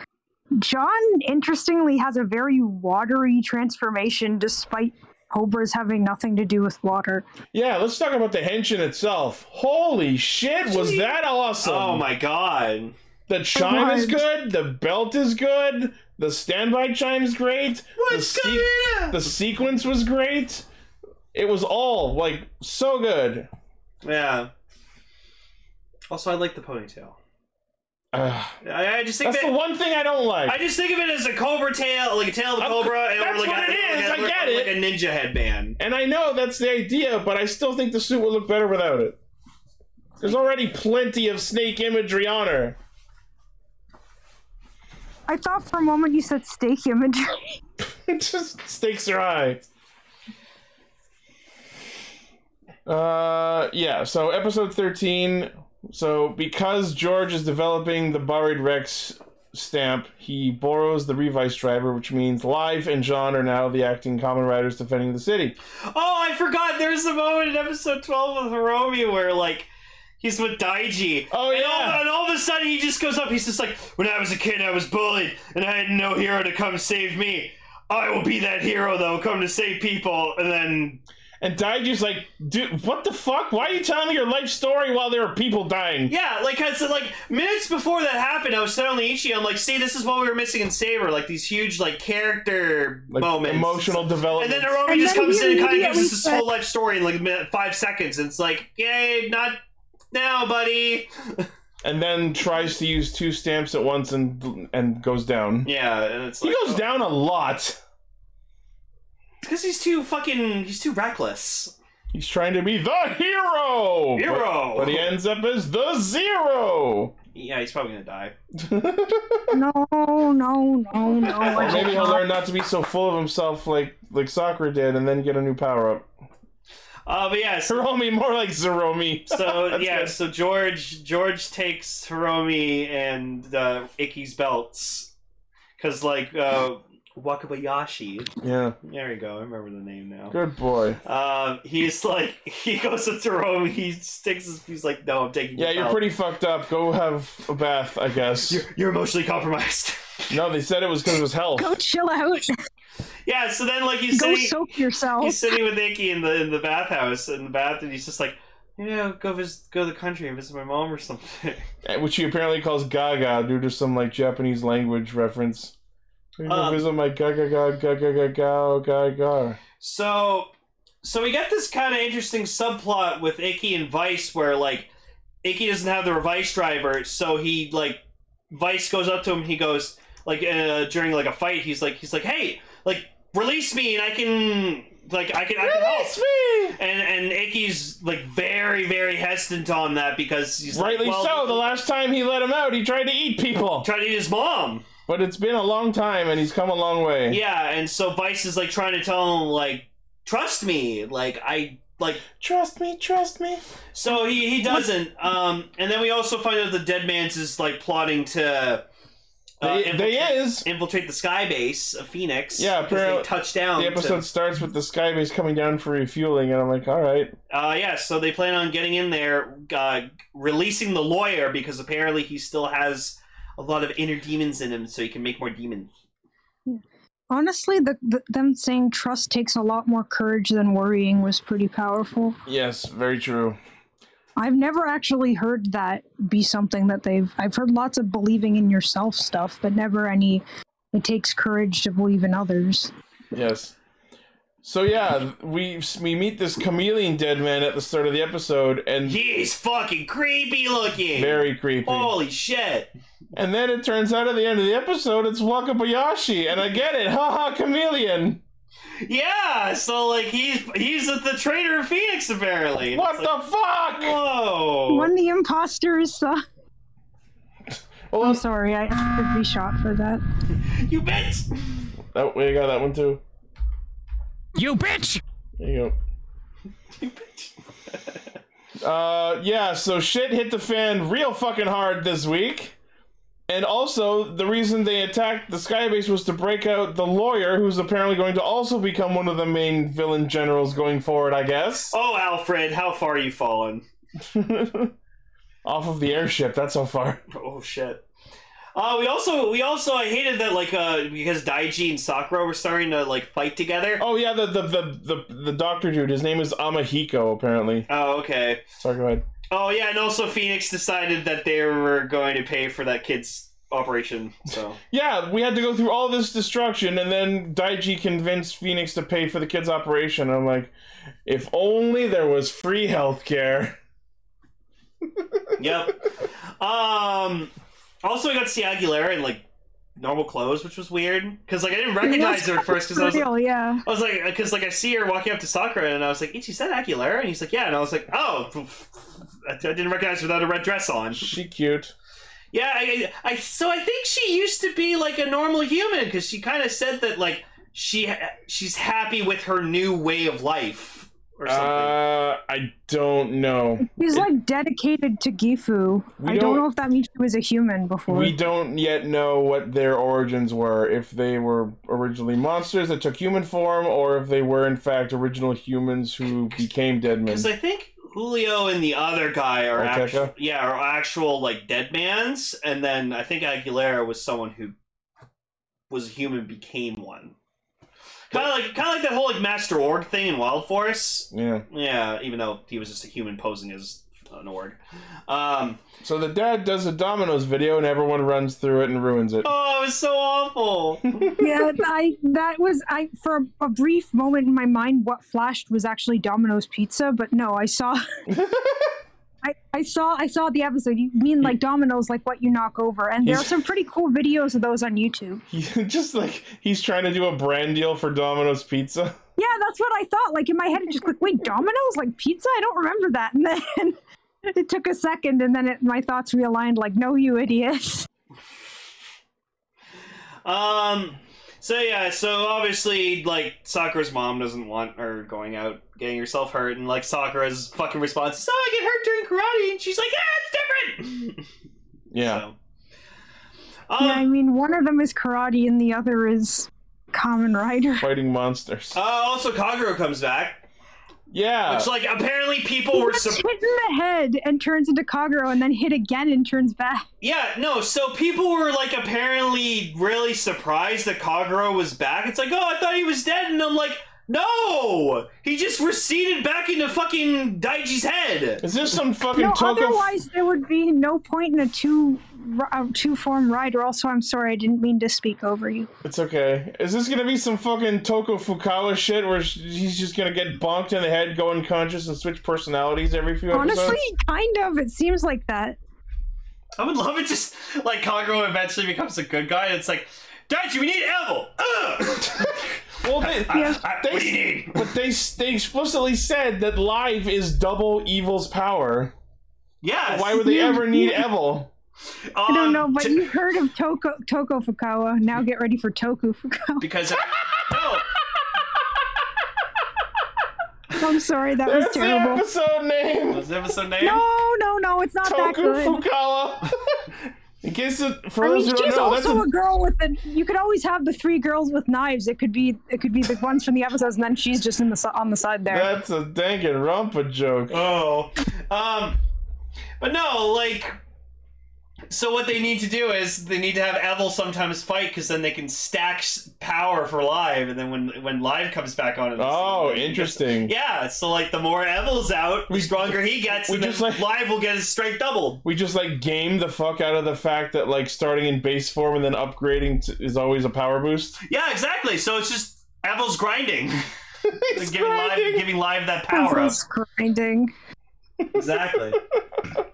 John, interestingly, has a very watery transformation despite Hobra's having nothing to do with water.
yeah, let's talk about the henshin itself. Holy shit, was that awesome?
Oh my god.
Um, The chime is
Right.
good. The belt is good. The standby chime's great.
What's
the
going on?
The sequence was great. It was all like so good.
Yeah. Also, I like the ponytail.
Ugh,
I, I just think
that's
that,
the one thing I don't like.
I just think of it as a cobra tail, like a tail of a
Of
cobra,
cou-
and
that's
like
what
a,
it is,
Like a,
I get
like
it.
a ninja headband.
and I know that's the idea, but I still think the suit would look better without it. There's already plenty of snake imagery on her.
I thought for a moment you said steak imagery.
It just stakes her eye. Uh, yeah. So episode thirteen. So because George is developing the buried Rex stamp, he borrows the Revice driver, which means Live and John are now the acting common riders defending the city.
Oh, I forgot. There's a moment in episode 12 with Hiromi where, like, he's with Daiji.
Oh,
and
yeah.
All, and all of a sudden, he just goes up. He's just like, When I was a kid, I was bullied, and I had no hero to come save me. I will be that hero, though, come to save people. And then,
And Daiju's like, dude, what the fuck? Why are you telling your life story while there are people dying?
yeah, like, I said, like, minutes before that happened, I was telling Ichi, I'm like, See, this is what we were missing in Saber. Like, these huge, like, character
Like
moments.
emotional
And
development.
then Hiromi
And
just
then
comes
you
in and kind of gives
immediately
us this
said-
whole life story in, like, a minute- five seconds. And it's like, Yay, not now, buddy.
and then tries to use two stamps at once and and goes down.
Yeah, and it's
He
like uh,
goes down a lot.
because he's too fucking he's too reckless.
He's trying to be the hero.
Hero.
But, but he ends up as the zero.
Yeah, he's probably gonna die.
No, no, no, no. I
Or maybe
did
he'll
uh,
not.
learn not to be so full of himself like like Sakura did, and then get a new power up.
Uh, but yeah, so,
Hiromi, more like Zeromi.
so
That's
yeah,
good.
so George George takes Hiromi and uh, Icky's belts because like uh, Wakabayashi.
yeah,
There you go. I remember the name now.
good boy.
Um, he's like he goes to Hiromi. He sticks his. He's like, no, I'm taking.
Yeah,
your
you're
belt.
pretty fucked up. Go have a bath, I guess.
You're, you're emotionally compromised.
No, they said it was because of his health.
Go chill out.
yeah. So then, like you
Go
say,
soak yourself.
he's sitting with Icky in the in the bathhouse in the bath, and he's just like, you know, go visit, go to the country and visit my mom or something.
eh, Which he apparently calls Gaga due to some like Japanese language reference. Go
Um,
visit my Gaga Gaga Gaga Gaga Gaga.
So, so we get this kind of interesting subplot with Icky and Vice, where like Icky doesn't have the Vice driver, so he like Vice goes up to him. He goes like uh, during like a fight, he's like he's like, hey, like release me, and I can like I can I can help.
Release me!
And and Icky's like very very hesitant on that because he's like,
Rightly
well,
so. The last time he let him out, he tried to eat people.
trying to eat his mom.
But it's been a long time, and he's come a long way.
Yeah, and so Vice is like trying to tell him like, trust me, like I like.
Trust me, trust me.
So he he doesn't. Um, and then we also find out the Dead Man's is like plotting to. Uh,
They, they
infiltrate-
is.
infiltrate the sky base of Phoenix.
Yeah,
'cause they
apparently-
touch down.
The
to-
episode starts with the skybase coming down for refueling, and I'm like, all right.
uh, yeah, so they plan on getting in there, uh, releasing the lawyer because apparently he still has a lot of inner demons in him, so he can make more demons.
Honestly, the, the them saying trust takes a lot more courage than worrying was pretty powerful.
Yes, very true.
I've never actually heard that be something that they've. I've heard lots of believing in yourself stuff, but never any. It takes courage to believe in others.
Yes. So yeah, we we meet this chameleon dead man at the start of the episode, and
He's fucking creepy looking. Oh.
very creepy.
Holy shit!
And then it turns out at the end of the episode, it's Wakabayashi, and I get it. Haha, chameleon.
Yeah, so like he's he's the traitor of Phoenix apparently. And
What
it's
the
like,
fuck?
Whoa!
One of the imposters saw.
Well,
I'm sorry, I should be shot for that.
You bitch!
Oh, we got that one too.
You bitch!
There you go. uh, yeah, so shit hit the fan real fucking hard this week. And also, the reason they attacked the Skybase was to break out the lawyer, who's apparently going to also become one of the main villain generals going forward, I guess.
Oh, Alfred, how far you fallen?
Off of the airship, that's how far.
Oh shit. Uh, we also we also I hated that like uh because Daiji and Sakura were starting to like fight together. Oh,
Oh, yeah, the, the, the, the, the doctor dude, his name is Amahiko, apparently.
Oh, okay.
Sorry, go ahead.
Oh yeah, and also Phoenix decided that they were going to pay for that kid's operation. So
Yeah, we had to go through all this destruction, and then Daiji convinced Phoenix to pay for the kid's operation. I'm like, if only there was free healthcare.
yep. Um. Also, we got to see Aguilera in like normal clothes, which was weird because like I didn't recognize her at first because I was.
real, yeah.
I was like, because like I see her walking up to Sakura, and I was like, "Ichi, is that Aguilera?" And he's like, "Yeah." And I was like, "Oh, I didn't recognize her without a red dress on."
She cute.
Yeah, I, I so I think she used to be like a normal human because she kind of said that like she she's happy with her new way of life or something.
Uh, I don't know.
He's like dedicated to Gifu.
We
I don't
don't-
know if that means he was a human before.
We don't yet know what their origins were. If they were originally monsters that took human form, or if they were in fact original humans who became dead men.
Because I think Julio and the other guy are
Ortega?
actual, yeah, are actual like dead man's, and then I think Aguilera was someone who was a human became one. Kind of like kind of like that whole like Master Org thing in Wild Force.
Yeah.
Yeah, even though he was just a human posing as an org. Um,
So the dad does a Domino's video, and everyone runs through it and ruins it.
oh, it was so awful.
yeah, I that was I for a brief moment in my mind what flashed was actually Domino's Pizza, but no, I saw I, I saw I saw the episode. You mean like Domino's like what you knock over. And there are
He's-
some pretty cool videos of those on YouTube.
He- just like he's trying to do a brand deal for Domino's Pizza.
Yeah, that's what I thought. Like in my head it just clicked, wait, Domino's like pizza? I don't remember that. And then it took a second and then it, my thoughts realigned like, no you idiots.
Um. So yeah. So obviously, like Sakura's mom doesn't want her going out, getting herself hurt, and like Sakura's fucking response is, "Oh, I get hurt during karate," and she's like, "Yeah, it's different."
Yeah.
So,
yeah, I
um.
mean one of them is karate and the other is Common Rider.
Fighting monsters.
Uh, also, Kagura comes back,
yeah.
which like apparently people were.
gets
Sur-
hit in the head and turns into Kagero and then hit again and turns back.
yeah, no. So people were like apparently really surprised that Kagura was back. It's like, oh, I thought he was dead, and I'm like, no, he just receded back into fucking Daiji's head.
Is there some fucking
no,
token?
otherwise there would be no point in a two a two form rider. Also, I'm sorry, I didn't mean to speak over you.
It's okay. Is this gonna be some fucking Toko Fukawa shit where sh- he's just gonna get bonked in the head, go unconscious, and switch personalities every few
Honestly,
episodes?
kind of. It seems like that.
I would love it just like Kagura eventually becomes a good guy. And it's like, Daichi, we need Evil. Ugh!
Well, they,
Yeah.
I-
they-
what do you need?
but they they explicitly said that live is double evil's power.
Yes.
Why would they
Yeah.
ever need evil?
I
Um,
don't know, but you heard of Toko Toko Fukawa. Now get ready for Toku Fukawa.
because I, no,
I'm sorry, that was
That's the
terrible.
episode name.
was the episode name?
No, no, no, it's not
Toku
that good.
Fukawa. In case it, for
I mean,
those who
she's
don't know, that's
also
a,
a girl with the. You could always have the three girls with knives. It could be. It could be the ones from the episodes, and then she's just in the si- on the side there.
that's a dangin' rumpa joke.
Oh. Um. But no, like. So what they need to do is they need to have Evil sometimes fight because then they can stack s- power for Live, and then when when Live comes back on, it's-
Oh, interesting.
Yeah, so like the more Evil's out, the stronger he gets,
we
and then
just, like-
Live will get his strength doubled.
We just like game the fuck out of the fact that like starting in base form and then upgrading to, is always a power boost.
Yeah, exactly. So it's just Evil's grinding.
He's
giving, live,
grinding.
giving live that power up.
Everyone's grinding.
Exactly.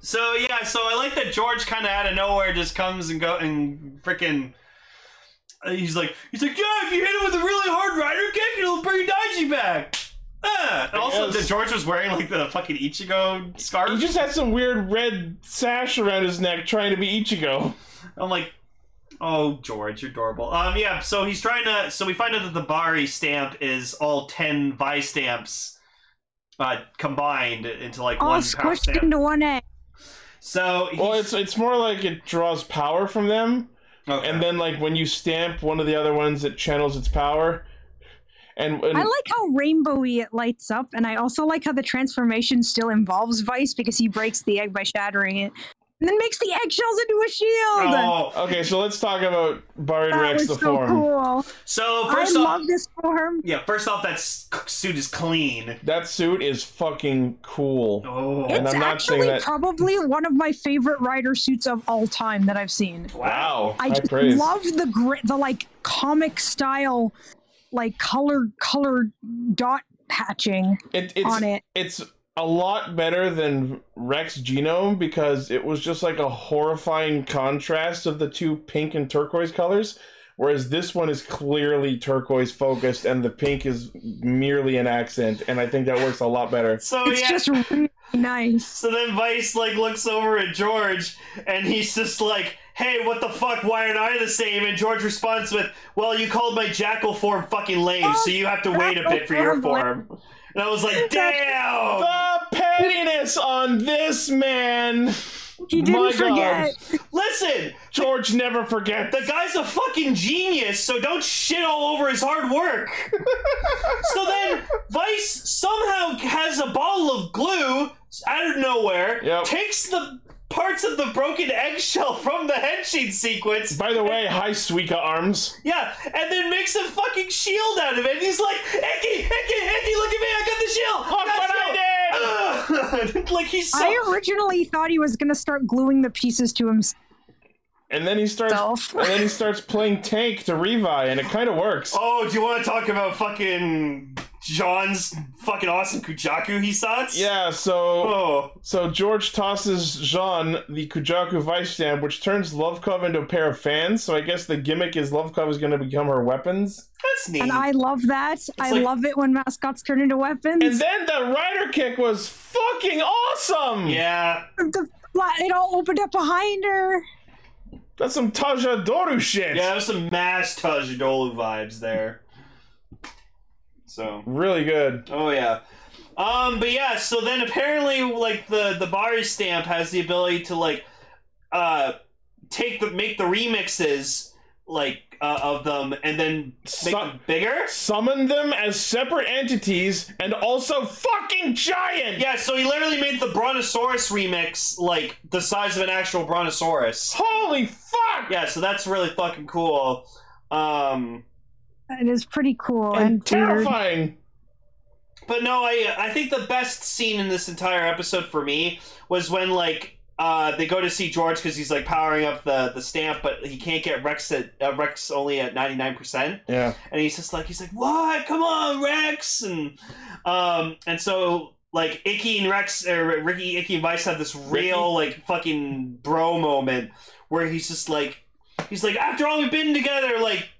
So yeah, so I like that George kind of out of nowhere just comes and go and freaking. He's like, he's like, yeah. If you hit him with a really hard rider kick, it'll bring Daiji back. Ah. And also,
Yes.
that George was wearing like the fucking Ichigo scarf.
He just had some weird red sash around his neck trying to be Ichigo.
I'm like, oh, George, you're adorable. Um, yeah. So he's trying to. So we find out that the Bari stamp is all ten Vi stamps, uh, combined into like
All
one power
Oh, squished
stamp.
into one egg.
so he's,
Well, it's it's more like it draws power from them,
okay.
and then like when you stamp one of the other ones, it channels its power. And, and
I like how rainbowy it lights up, and I also like how the transformation still involves Vice because he breaks the egg by shattering it, and then makes the eggshells into a shield.
oh,
okay, so let's talk about Barry
that
Rex
was
the
so
form.
cool.
so first
I
off,
love this form.
Yeah, first off, that s- suit is clean.
That suit is fucking cool.
Oh,
And
It's
I'm not saying
actually
that-
probably one of my favorite rider suits of all time that I've seen.
Wow,
I
high
just
praise.
love the gri- the like comic style, like color color dot patching
it, it's,
on it.
It's a lot better than Rex Genome because it was just like a horrifying contrast of the two pink and turquoise colors. Whereas this one is clearly turquoise focused, and the pink is merely an accent, and I think that works a lot better.
So
It's
yeah.
just really nice.
so then Vice like looks over at George, and he's just like, "Hey, what the fuck? Why aren't I the same?" And George responds with, "Well, you called my jackal form fucking lame, so you have to wait a bit for your form." And I was like, "Damn!"
The pettiness on this man,
He didn't
My God.
forget.
Listen,
George never forgets.
the guy's a fucking genius, so don't shit all over his hard work. so then Vice somehow has a bottle of glue out of nowhere,
Yep.
takes the parts of the broken eggshell from the headsheet sequence,
By the way, hi Suika arms.
yeah, and then makes a fucking shield out of it. And he's like, Icky, Icky, Icky, look at me, I got the shield!
Look
I got the shield!" like he's so
I originally thought he was gonna start gluing the pieces to himself.
And then he starts,
Self.
and then he starts playing tank to Revi, and it kind of works.
Oh, do you want to talk about fucking John's fucking awesome Kujaku he sots?
Yeah, so
Oh.
So George tosses Jean the Kujaku vice stamp, which turns Lovekov into a pair of fans. So I guess the gimmick is Lovekov is going to become her weapons.
That's neat.
And I love that. I
like-
love it when mascots turn into weapons.
And then the rider kick was fucking awesome.
yeah.
the, it all opened up behind her.
that's some Taja Doru shit.
Yeah, there's some mass Tajadolu vibes there. So
really good.
Oh yeah. Um, but yeah, so then apparently like the the Bari stamp has the ability to like uh take the make the remixes like uh, of them and then make
Some-
them bigger.
Summon them as separate entities and also fucking giant.
Yeah, so he literally made the Brontosaurus remix like the size of an actual Brontosaurus.
Holy fuck!
Yeah, so that's really fucking cool. Um
It is pretty cool
And,
and, weird.
terrifying.
But no, I I think the best scene in this entire episode for me was when like uh, they go to see George because he's like powering up the the stamp, but he can't get Rex at uh, Rex only at ninety nine percent,
Yeah.
and he's just like he's like what? Come on, Rex, and um and so like Icky and Rex or Ricky Icky and Vice have this real like fucking bro moment where he's just like he's like after all we've been together like.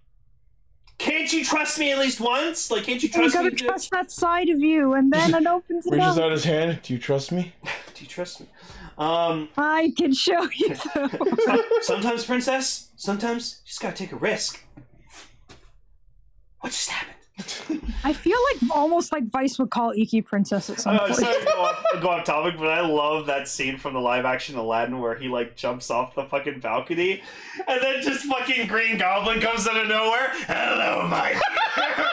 Can't you trust me at least once? Like, can't you
You
trust me?
gotta
to-
trust that side of you, and then it opens it
Reaches
up.
out his hand. Do you trust me?
Do you trust me? Um,
I can show you.
some- sometimes, princess, sometimes you just gotta take a risk. What just happened?
I feel like almost like Vice would call Iki Princess at some
Uh,
point.
sorry to go off, go off topic, but I love that scene from the live action Aladdin where he like jumps off the fucking balcony and then just fucking Green Goblin comes out of nowhere. Hello, my. dear."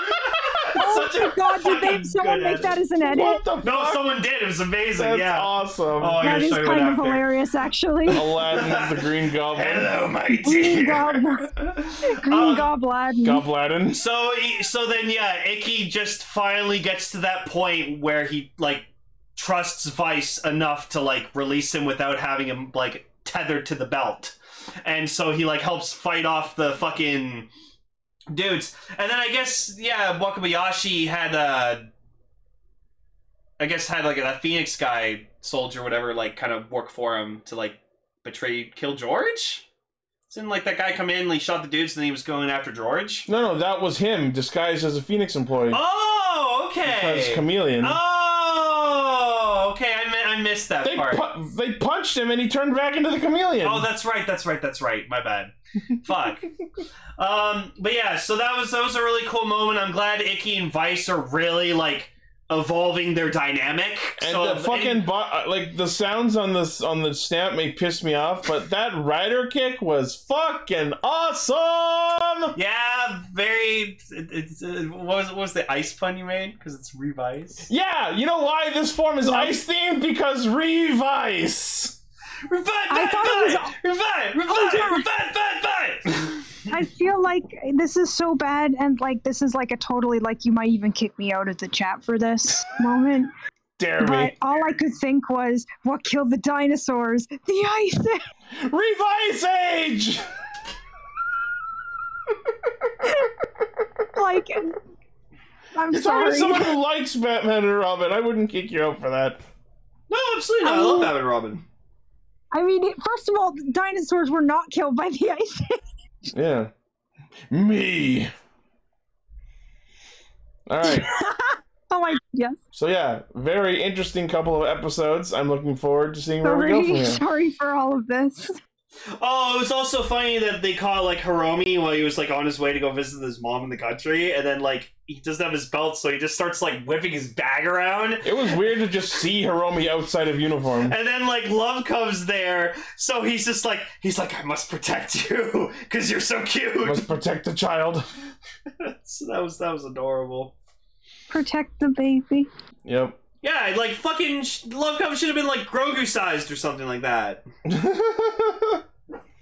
oh
Such a
my god, did
fucking
they someone
good
make that
edit.
as an edit?
What the
No,
fuck?
someone did. It was amazing.
That's
yeah.
awesome.
Oh, I
that
gotta
is
show you
kind
that
of
after.
hilarious, actually.
Aladdin is the Green Goblin.
Hello, my
Green
dear. Um,
Goblin.
Uh,
Green Goblin.
Goblin.
So so then yeah, Icky just finally gets to that point where he like trusts Vice enough to like release him without having him like tethered to the belt. And so he like helps fight off the fucking dudes. And then I guess yeah, Wakabayashi had uh I guess had like a Phoenix guy soldier, whatever, like kind of work for him to like betray, kill George. Didn't like that guy come in and he shot the dudes and then he was going after George?
No, no, that was him disguised as a Phoenix employee.
Oh,
As
okay.
chameleon.
Oh, okay. I, mi- I missed that
they,
part.
pu- they punched him and he turned back into the chameleon.
Oh, that's right. That's right. That's right. My bad. Fuck. Um, but yeah, so that was that was a really cool moment. I'm glad Icky and Vice are really like evolving their dynamic.
and
so
the fucking bo- uh, like the sounds on this on the stamp may piss me off, but that rider kick was fucking awesome.
yeah, very. It, it's uh, what was what was the ice pun you made? Because it's Revice.
Yeah, you know why this form is ice themed because Revice.
Revive,
I
revive,
thought it was- Oh,
revive, revive,
yeah.
revive, revive, revive.
I feel like this is so bad, and like this is like a totally like you might even kick me out of the chat for this moment.
Dare
But
me,
all I could think was, what killed the dinosaurs? The ice. Age.
Revice Age.
like, I'm
You're talking to
sorry.
someone who likes Batman and Robin. I wouldn't kick you out for that.
No, absolutely not. I
Oh.
love Batman and Robin.
I mean, first of all, dinosaurs were not killed by the ice. Age.
Yeah. Me. All right.
oh my yes.
So yeah, very interesting couple of episodes. I'm looking forward to seeing where we go from
Sorry,
here.
sorry for all of this.
Oh, it was also funny that they caught like Hiromi while he was like on his way to go visit his mom in the country, and then like he doesn't have his belt, so he just starts like whipping his bag around.
It was weird to just see Hiromi outside of uniform.
And then like Love comes there, so he's just like he's like I must protect you because you're so cute.
Must protect the child.
so that was that was adorable.
Protect the baby.
Yep.
Yeah, like fucking sh- Love comes should have been like Grogu sized or something like that. Little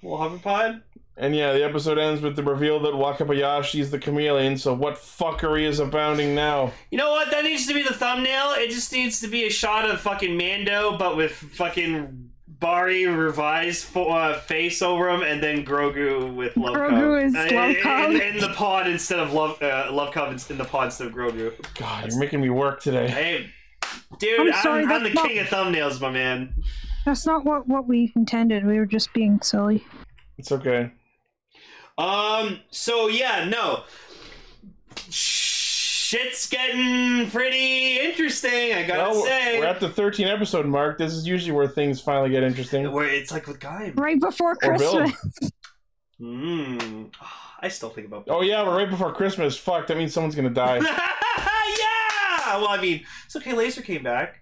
hoverpod.
and yeah, the episode ends with the reveal that Wakabayashi is the chameleon. So what fuckery is abounding now?
You know what? That needs to be the thumbnail. It just needs to be a shot of fucking Mando, but with fucking Bari revised fo- uh, face over him, and then Grogu with Love
Grogu
Cove.
is
Uh,
Love Cove.
in, in the pod instead of Love uh, Love Cove is in the pod instead of Grogu.
God, you're making me work today.
Hey, dude,
I'm
I'm,
sorry,
I'm, the
that's not-
king of thumbnails, my man.
That's not what what we intended. We were just being silly.
It's okay.
Um. So yeah, no. Shit's getting pretty interesting. I gotta
Well,
say,
we're at the 13 episode mark. This is usually where things finally get interesting.
where it's like with Gaim.
Right before
Or Bill.
Christmas.
Mmm. I still think about.
Oh yeah, we're right before Christmas. Fuck, that means someone's gonna die.
yeah. Well, I mean, it's okay. Laser came back.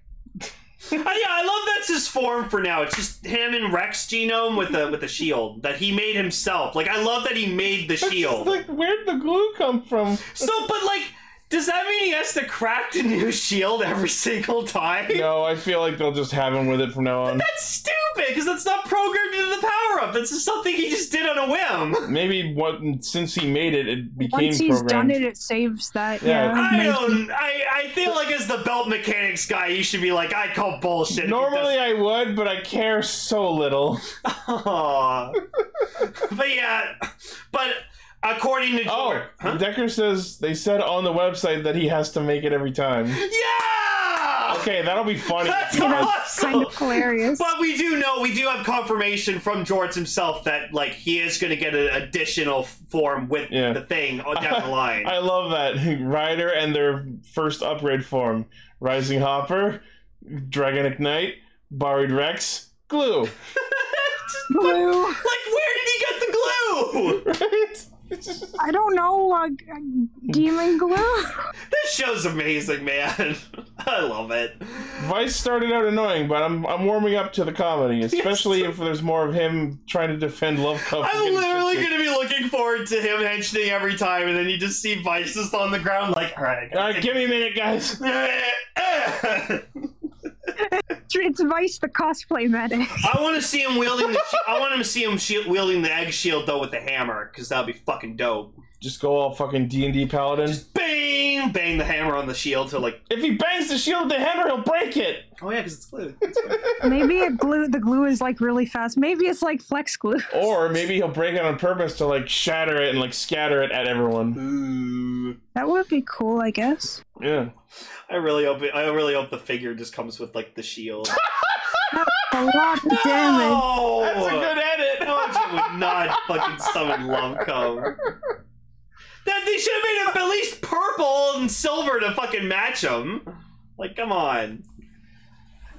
Oh, yeah, I love that's his form for now. It's just him and Rex genome with a with a shield that he made himself. Like I love that he made the shield.
Like, where'd the glue come from?
So, but like, does that mean he has to craft a new shield every single time?
No, I feel like they'll just have him with it from now on.
That's stupid because that's not programmed into the power up. That's just something he just did on a whim.
Maybe what since he made it, it became
Once he's
programmed.
done it, it saves that.
Yeah.
Yeah.
I
amazing.
don't. I, I feel like as the belt mechanics guy, you should be like, I call bullshit. if he
Normally I would, but I care so little.
Aw. but yeah, but according to
Oh,
George, Huh?
Decker says they said on the website that he has to make it every time.
yeah,
Okay, that'll be funny.
that's awesome.
Kind of hilarious.
but we do know we do have confirmation from George himself that like he is going to get an additional form with
Yeah.
the thing on- down the line.
I love that Ryder and their first upgrade form: Rising Hopper, Dragon Ignite, Buried Rex, Glue.
Blue.
like, where did he get the glue?
Right?
I don't know. Uh, demon glue.
this show's amazing, man. I love it.
Vice started out annoying, but I'm I'm warming up to the comedy, especially if there's more of him trying to defend Love Cup.
I'm literally going to be looking forward to him henching every time, and then you just see Vice just on the ground, like, all right, I
All
gotta
right, give me a minute, guys.
I
It's Vice the cosplay medic.
want to see him wielding the. shi- I want him to see him shi wielding the egg shield though with the hammer, because that'd be fucking dope.
Just go all fucking D and D paladin.
Bang! Bang the hammer on the shield to like.
If he bangs the shield with the hammer, he'll break it.
Oh yeah, because it's glued.
Maybe it glue. The glue is like really fast. Maybe it's like flex glue.
Or maybe he'll break it on purpose to like shatter it and like scatter it at everyone.
Ooh.
That would be cool, I guess.
Yeah.
I really hope. It, I really hope the figure just comes with like the shield.
a lot of damage.
Oh,
That's a good edit.
Bunch would not fucking summon Love Cone. That they should have made him at least purple and silver to fucking match him. Like, come on.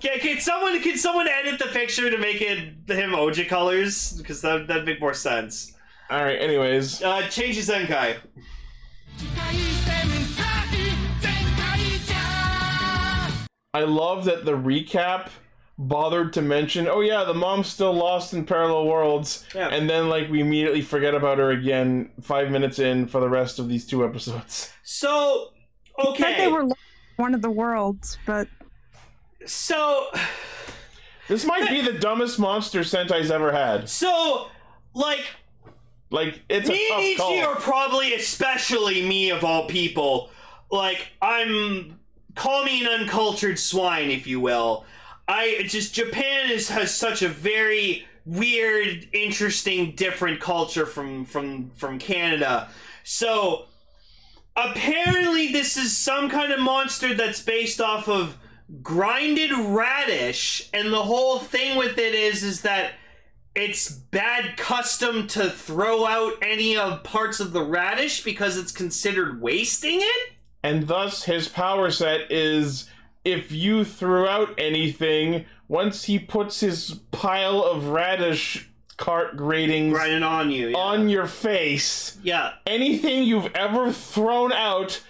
Can, can someone can someone edit the picture to make it him Oja colors? Because that that'd make more sense.
All right. Anyways,
Uh, change his Zenkai.
I love that the recap bothered to mention. Oh yeah, the mom's still lost in parallel worlds,
Yeah.
and then like we immediately forget about her again five minutes in for the rest of these two episodes.
So
I thought
okay,
they were one of the worlds, but
so
This might be the dumbest monster Sentai's ever had.
so like
Like it's
me and
a tough
Ichi are
call.
probably, especially me of all people, like I'm call me an uncultured swine, if you will. I just Japan is has such a very weird, interesting, different culture from from from Canada. So apparently, this is some kind of monster that's based off of grinded radish, and the whole thing with it is is that it's bad custom to throw out any of parts of the radish because it's considered wasting it.
And thus his power set is if you threw out anything, once he puts his pile of radish cart gratings
Grinding on you. Yeah.
on your face,
yeah.
anything you've ever thrown out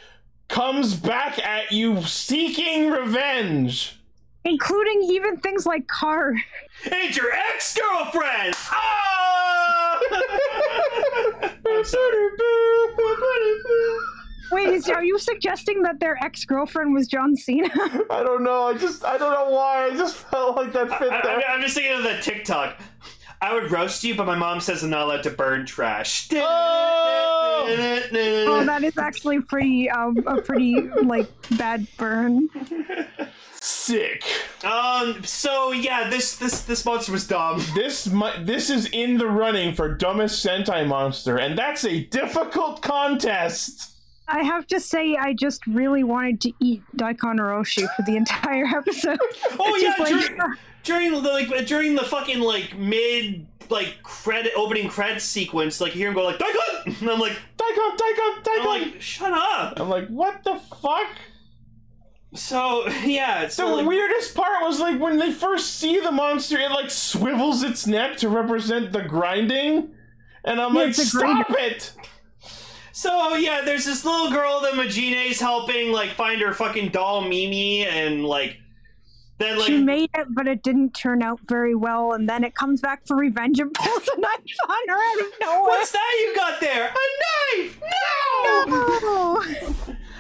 comes back at you seeking revenge.
including even things like car.
It's your ex girlfriend! Ah! Oh! I'm sorry.
Wait, is, are you suggesting that their ex girlfriend was John Cena?
I don't know. I just I don't know why. I just felt like that fit
I,
there.
am just thinking of the TikTok. I would roast you, but my mom says I'm not allowed to burn trash.
Oh!
oh, that is actually pretty um, a pretty like bad burn.
Sick.
Um. So yeah, this this this monster was dumb.
This mu- this is in the running for dumbest Sentai monster, and that's a difficult contest.
I have to say, I just really wanted to eat Daikon Orochi for the entire episode.
Oh
It's
yeah,
just like-
during, during the like during the fucking like mid like credit opening credits sequence, like you hear him go like Daikon, and I'm like
Daikon, Daikon,
I'm
Daikon.
like shut up.
I'm like, what the fuck?
So yeah,
The
so like,
weirdest part was like when they first see the monster, it like swivels its neck to represent the grinding, and I'm
Yeah,
like,
it's a
stop it!
so yeah, there's this little girl that Magine's helping like find her fucking doll Mimi, and like then like
she made it, but it didn't turn out very well, and then it comes back for revenge and pulls a knife on her out of nowhere.
what's that you got there? A knife? No.
Oh.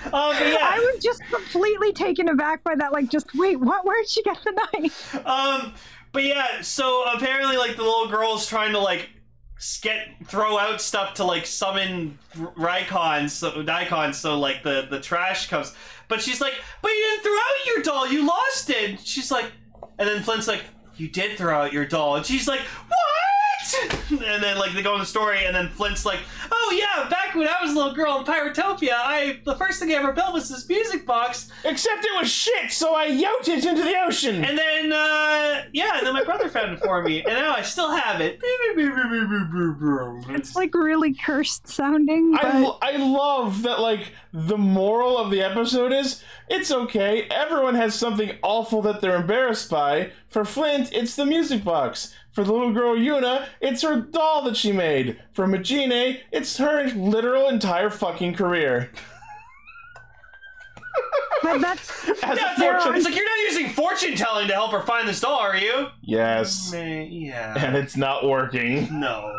Um, but yeah.
I was just completely taken aback by that. Like, just wait, what? Where'd she get the knife?
Um, but yeah, so apparently, like the little girl's trying to like s- get throw out stuff to like summon R- Rikon, so Daikon, so like the the trash comes. But she's like, "But you didn't throw out your doll. You lost it." She's like, and then Flint's like, "You did throw out your doll," and she's like, "What?" And then like they go in the story, and then Flint's like, "Oh yeah, back when I was a little girl in Pyrotopia, I the first thing I ever built was this music box."
Except it was shit, so I yoked it into the ocean.
And then, uh, yeah, and then my brother found it for me, and now I still have it.
It's like really cursed sounding. But
I, lo- I love that like the moral of the episode is it's okay everyone has something awful that they're embarrassed by for flint it's the music box for the little girl yuna it's her doll that she made for Majine, it's her literal entire fucking career
but that's
as
Yeah,
a
it's, like,
fortune
it's like you're not using fortune telling to help her find this doll, are you?
yes
Yeah.
and it's not working
No.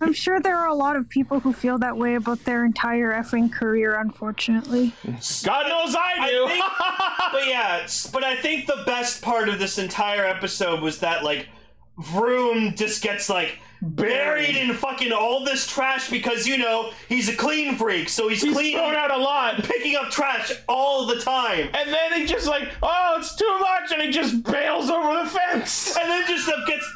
I'm sure there are a lot of people who feel that way about their entire effing career. Unfortunately,
god knows i do
I But yeah, s- but I think the best part of this entire episode was that, like, Vroom just gets, like, buried in fucking all this trash because, you know, he's a clean freak, so he's,
he's
clean.
thrown out a lot
Picking up trash all the time.
and then he just like oh it's too much and he just bails over the fence
and then just uh, gets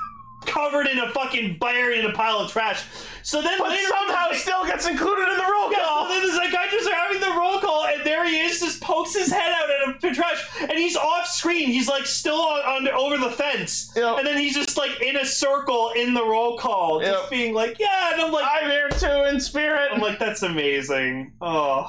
covered in a fucking buried in a pile of trash. So then
but
later
somehow still gets included in the roll
Yeah, so
call.
then the psychiatrists are having the roll call, and there he is, just pokes his head out at a- the trash, and he he's off screen. He's like still on, on over the fence,
Yep.
and then he's just like in a circle in the roll call,
Yep.
just being like, "Yeah," and I'm like,
I'm here too in
I'm
spirit.
like, that's amazing. Oh.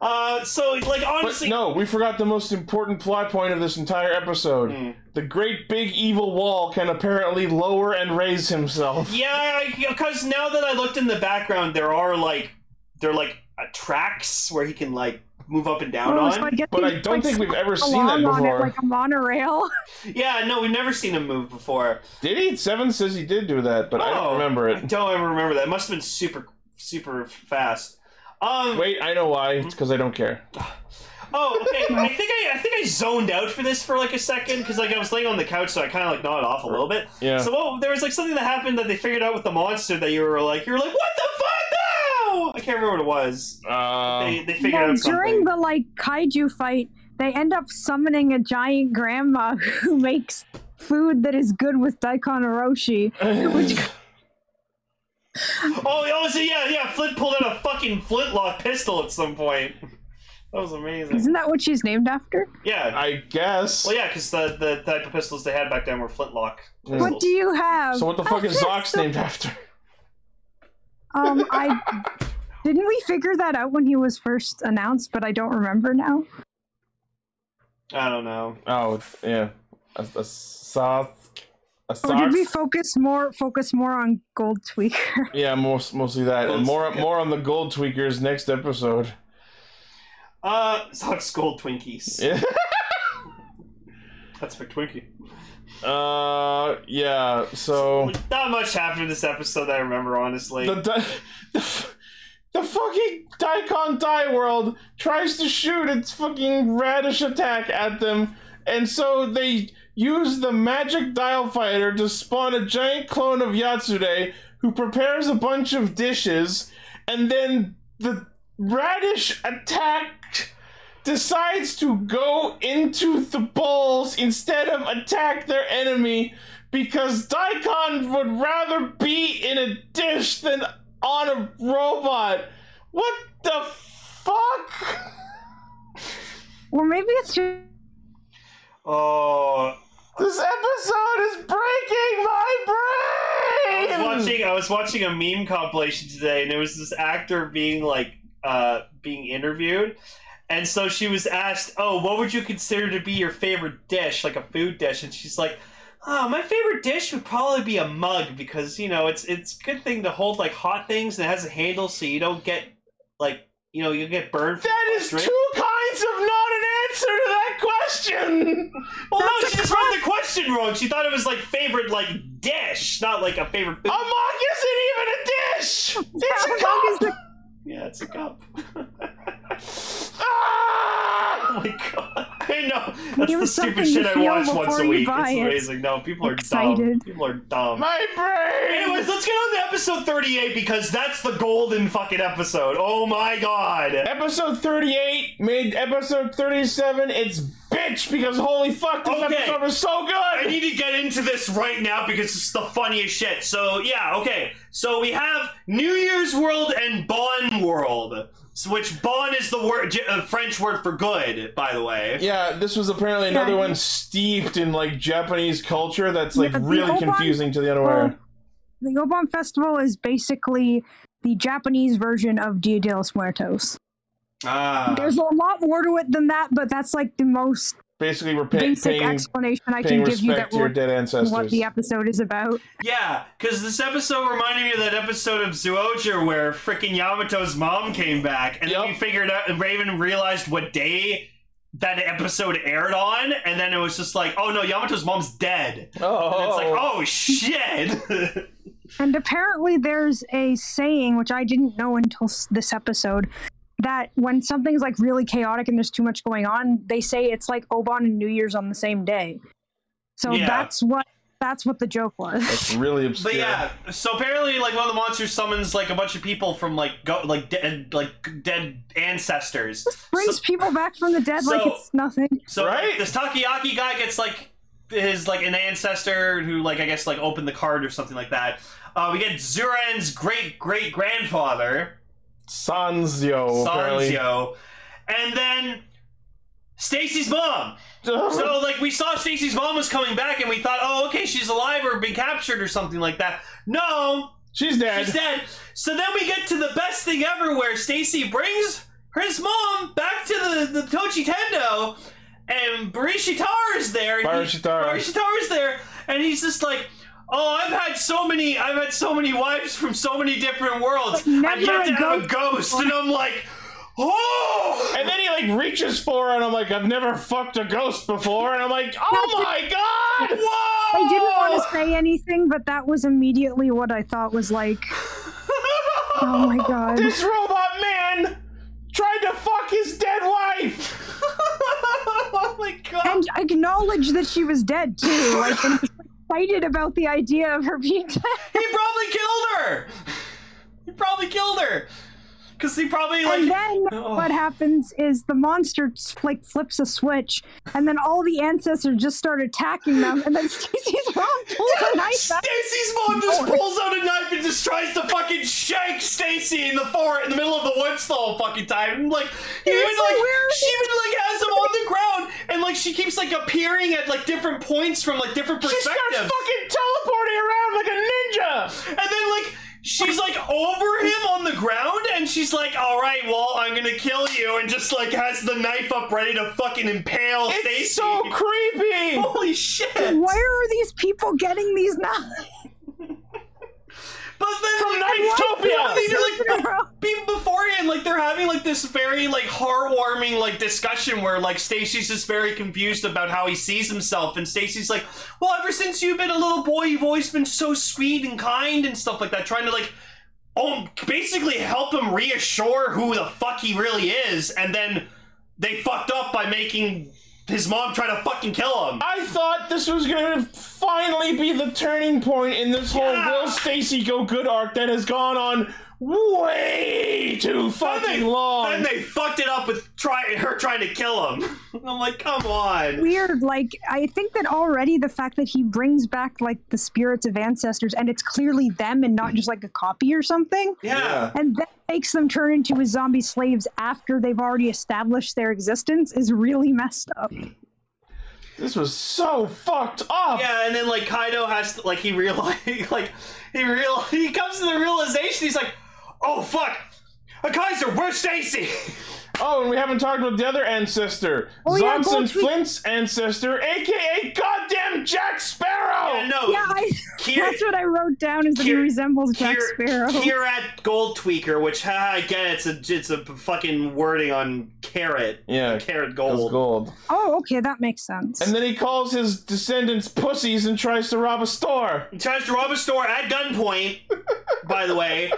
Uh, so like
But
honestly,
no, we forgot the most important plot point of this entire episode.
Hmm.
The great big evil wall can apparently lower and raise himself.
yeah, because now that I looked in the background, there are like there are like uh, tracks where he can like move up and down
Oh,
on.
so I guess
But
he
I
just,
don't
like,
think we've ever seen that
along on it
before.
like a monorail.
Yeah, no, we've never seen him move before.
Did he? Seven says he did do that, but I
Oh,
don't remember
I
it.
don't ever remember that. It must have been super super fast. Um,
Wait, I know why. It's because I don't care.
Oh, okay. I think I, I think I zoned out for this for like a second because like I was laying on the couch, so I kind of like nodded off a little bit.
Yeah.
So what, there was like something that happened that they figured out with the monster that you were like you were like what the fuck now? I can't remember what it was.
Uh,
They, they figured
Well,
out something.
during the like kaiju fight, they end up summoning a giant grandma who makes food that is good with Daikon Orochi.
Oh, oh, so yeah, yeah. Flint pulled out a fucking flintlock pistol at some point. That was amazing.
Isn't that what she's named after?
Yeah.
I guess.
Well, yeah, because the the type of pistols they had back then were flintlock. Pistols.
What do you have?
So what the fuck is Zox named after?
Um, I didn't we figure that out when he was first announced, but I don't remember now.
I don't know.
Oh, yeah. A, a Soth. A
Or Oh, did we
Sox.
focus more focus more on Gold Tweaker?
Yeah, most, mostly that. And
Gold-
more,
yeah.
more on the gold tweakers next episode.
Uh, Sox Gold Twinkies.
Yeah.
That's my Twinkie.
Uh, yeah. So
Like, not much happened in this episode that I remember, honestly.
the di- the, f- the fucking Daikon Die World tries to shoot its fucking radish attack at them, and so they use the magic dial fighter to spawn a giant clone of Yatsude who prepares a bunch of dishes, and then the radish attack decides to go into the bowls instead of attack their enemy because Daikon would rather be in a dish than on a robot. What the fuck?
Or maybe it's just
oh,
This episode is breaking my
I
brain.
was watching. I was watching a meme compilation today, and it was this actor being like, uh, being interviewed, and so she was asked, "Oh, what would you consider to be your favorite dish, like a food dish?" And she's like. Oh, my favorite dish would probably be a mug because you know it's it's a good thing to hold like hot things and it has a handle so you don't get like you know you get burned. from
That
the
is
drink.
two kinds of not an answer to that question.
Well, no, she just read the question wrong. She thought it was like favorite like dish, not like a favorite food.
A mug isn't even a dish. It's a
How long
cup.
is the-
yeah, it's a cup. oh
Ah!
my god! I know that's
Give
the stupid
us something to
shit I
feel
watch once
before
a
you
week.
buy
It's
it.
amazing. No, people are dumb.
Excited.
People are dumb.
My brain.
Anyways, let's get on to episode 38 because that's the golden fucking episode. Oh my god!
Episode 38 made episode 37 its bitch because holy fuck this
Okay.
episode was so
I
good!
need to get into this right now because it's the funniest shit. So yeah, okay. So we have New Year's World and Bon World, so which Bon is the word J- uh, French word for good, by the way.
Yeah, this was apparently another one steeped in like Japanese culture that's like
Yeah, the
really
Obon-
confusing to the other way.
well, the Obon Festival is basically the Japanese version of Dia de los Muertos.
Uh,
Ah.
There's a lot more to it than that, but that's like the most
Basically, we're pay-
basic
paying,
explanation I
paying
can give you
respect
that
to your
will-
dead ancestors.
what the episode is about.
Yeah, because this episode reminded me of that episode of Zooja where freaking Yamato's mom came back, and then
Yep.
we figured out, and Raven realized what day that episode aired on, and then it was just like, oh no, Yamato's mom's dead.
oh,
And it's like, oh shit!
And apparently, there's a saying which I didn't know until s- this episode that when something's like really chaotic and there's too much going on, they say it's like Obon and New Year's on the same day. So
Yeah.
that's what that's what the joke was.
That's really obscure.
But yeah. so apparently, like one of the monsters summons like a bunch of people from like go like dead like dead ancestors.
Brings people back from the dead like
so-
it's nothing.
So
Right?
this Takayaki guy gets like his like an ancestor who like I guess like opened the card or something like that. Uh, we get Zuren's great great grandfather
Sanzio, Oh, apparently.
Sanzio, and then Stacy's mom. So like we saw Stacy's mom was coming back, and we thought, oh, okay, she's alive or been captured or something like that. No,
She's dead.
she's dead. So then we get to the best thing ever, where Stacy brings his mom back to the the Tochi Tendo, and Barishitar is there. and he-
Barishitara.
Barishitar is there, and he's just like. Oh, I've had so many. I've had so many wives from so many different worlds. I've
never
yet to
a
have a ghost, and I'm like, oh!
And then he like reaches for her, and I'm like, I've never fucked a ghost before, and I'm like, oh my god!
Whoa!
I didn't want to
Oh.
say anything, but that was immediately what I thought was like, oh my god.
This robot man tried to fuck his dead wife.
oh my god!
And acknowledge that she was dead too. Like, and was excited about the idea of her being dead.
He probably killed her. He probably killed her. Cause he probably like.
And then
Oh.
what happens is the monster like flips a switch, and then all the ancestors just start attacking them. And then Stacy's mom pulls a knife out.
Stacy's mom
Oh.
just pulls out a knife and just tries to fucking shank Stacy in the fort in the middle of the woods the whole fucking time. And, like even
It's like,
like
where is
she even like has him on the ground and like she keeps like appearing at like different points from like different
She
perspectives.
starts fucking teleporting around like a ninja.
And then like she's like over him on the ground and she's like, Alright, well, I'm gonna kill you and just like has the knife up ready to fucking impale
It's
Stacy.
so creepy.
Holy shit!
Where are these people getting these knives?
But then
From
like,
Knifetopia!
they're, like, people beforehand, like they're having like this very like heartwarming like discussion where like Stacy's just very confused about how he sees himself, and Stacy's like, "Well, ever since you've been a little boy, you've always been so sweet and kind and stuff like that." Trying to like, oh, basically help him reassure who the fuck he really is, and then they fucked up by making his mom try to fucking kill him.
I thought this was gonna finally be the turning point in this whole
Yeah.
Will Stacy go good arc that has gone on way too fucking long.
Then they fucked it up with try her trying to kill him. I'm like, come on.
Weird. Like, I think that already the fact that he brings back like the spirits of ancestors, and it's clearly them and not just like a copy or something.
Yeah.
And that makes them turn into his zombie slaves after they've already established their existence is really messed up.
This was so fucked up.
Yeah, and then like Kaido has to like he realize like he real he comes to the realization he's like, oh fuck, a Kaiser, where's Stacy?
Oh, and we haven't talked about the other ancestor,
Oh, yeah,
Zonson
Gold Tree-
Flint's ancestor, aka goddamn Jack Sparrow.
Yeah, no,
Oh, Yeah, I,
Kier-
that's what I wrote down is that he
Kier-
resembles Jack
here,
Sparrow.
here at Gold Tweaker, which ha, I get it's a it's a fucking wording on carrot.
Yeah,
carrot
That's
gold.
gold.
Oh, okay, that makes sense.
And then he calls his descendants pussies and tries to rob a store.
He tries to rob a store at gunpoint, by the way.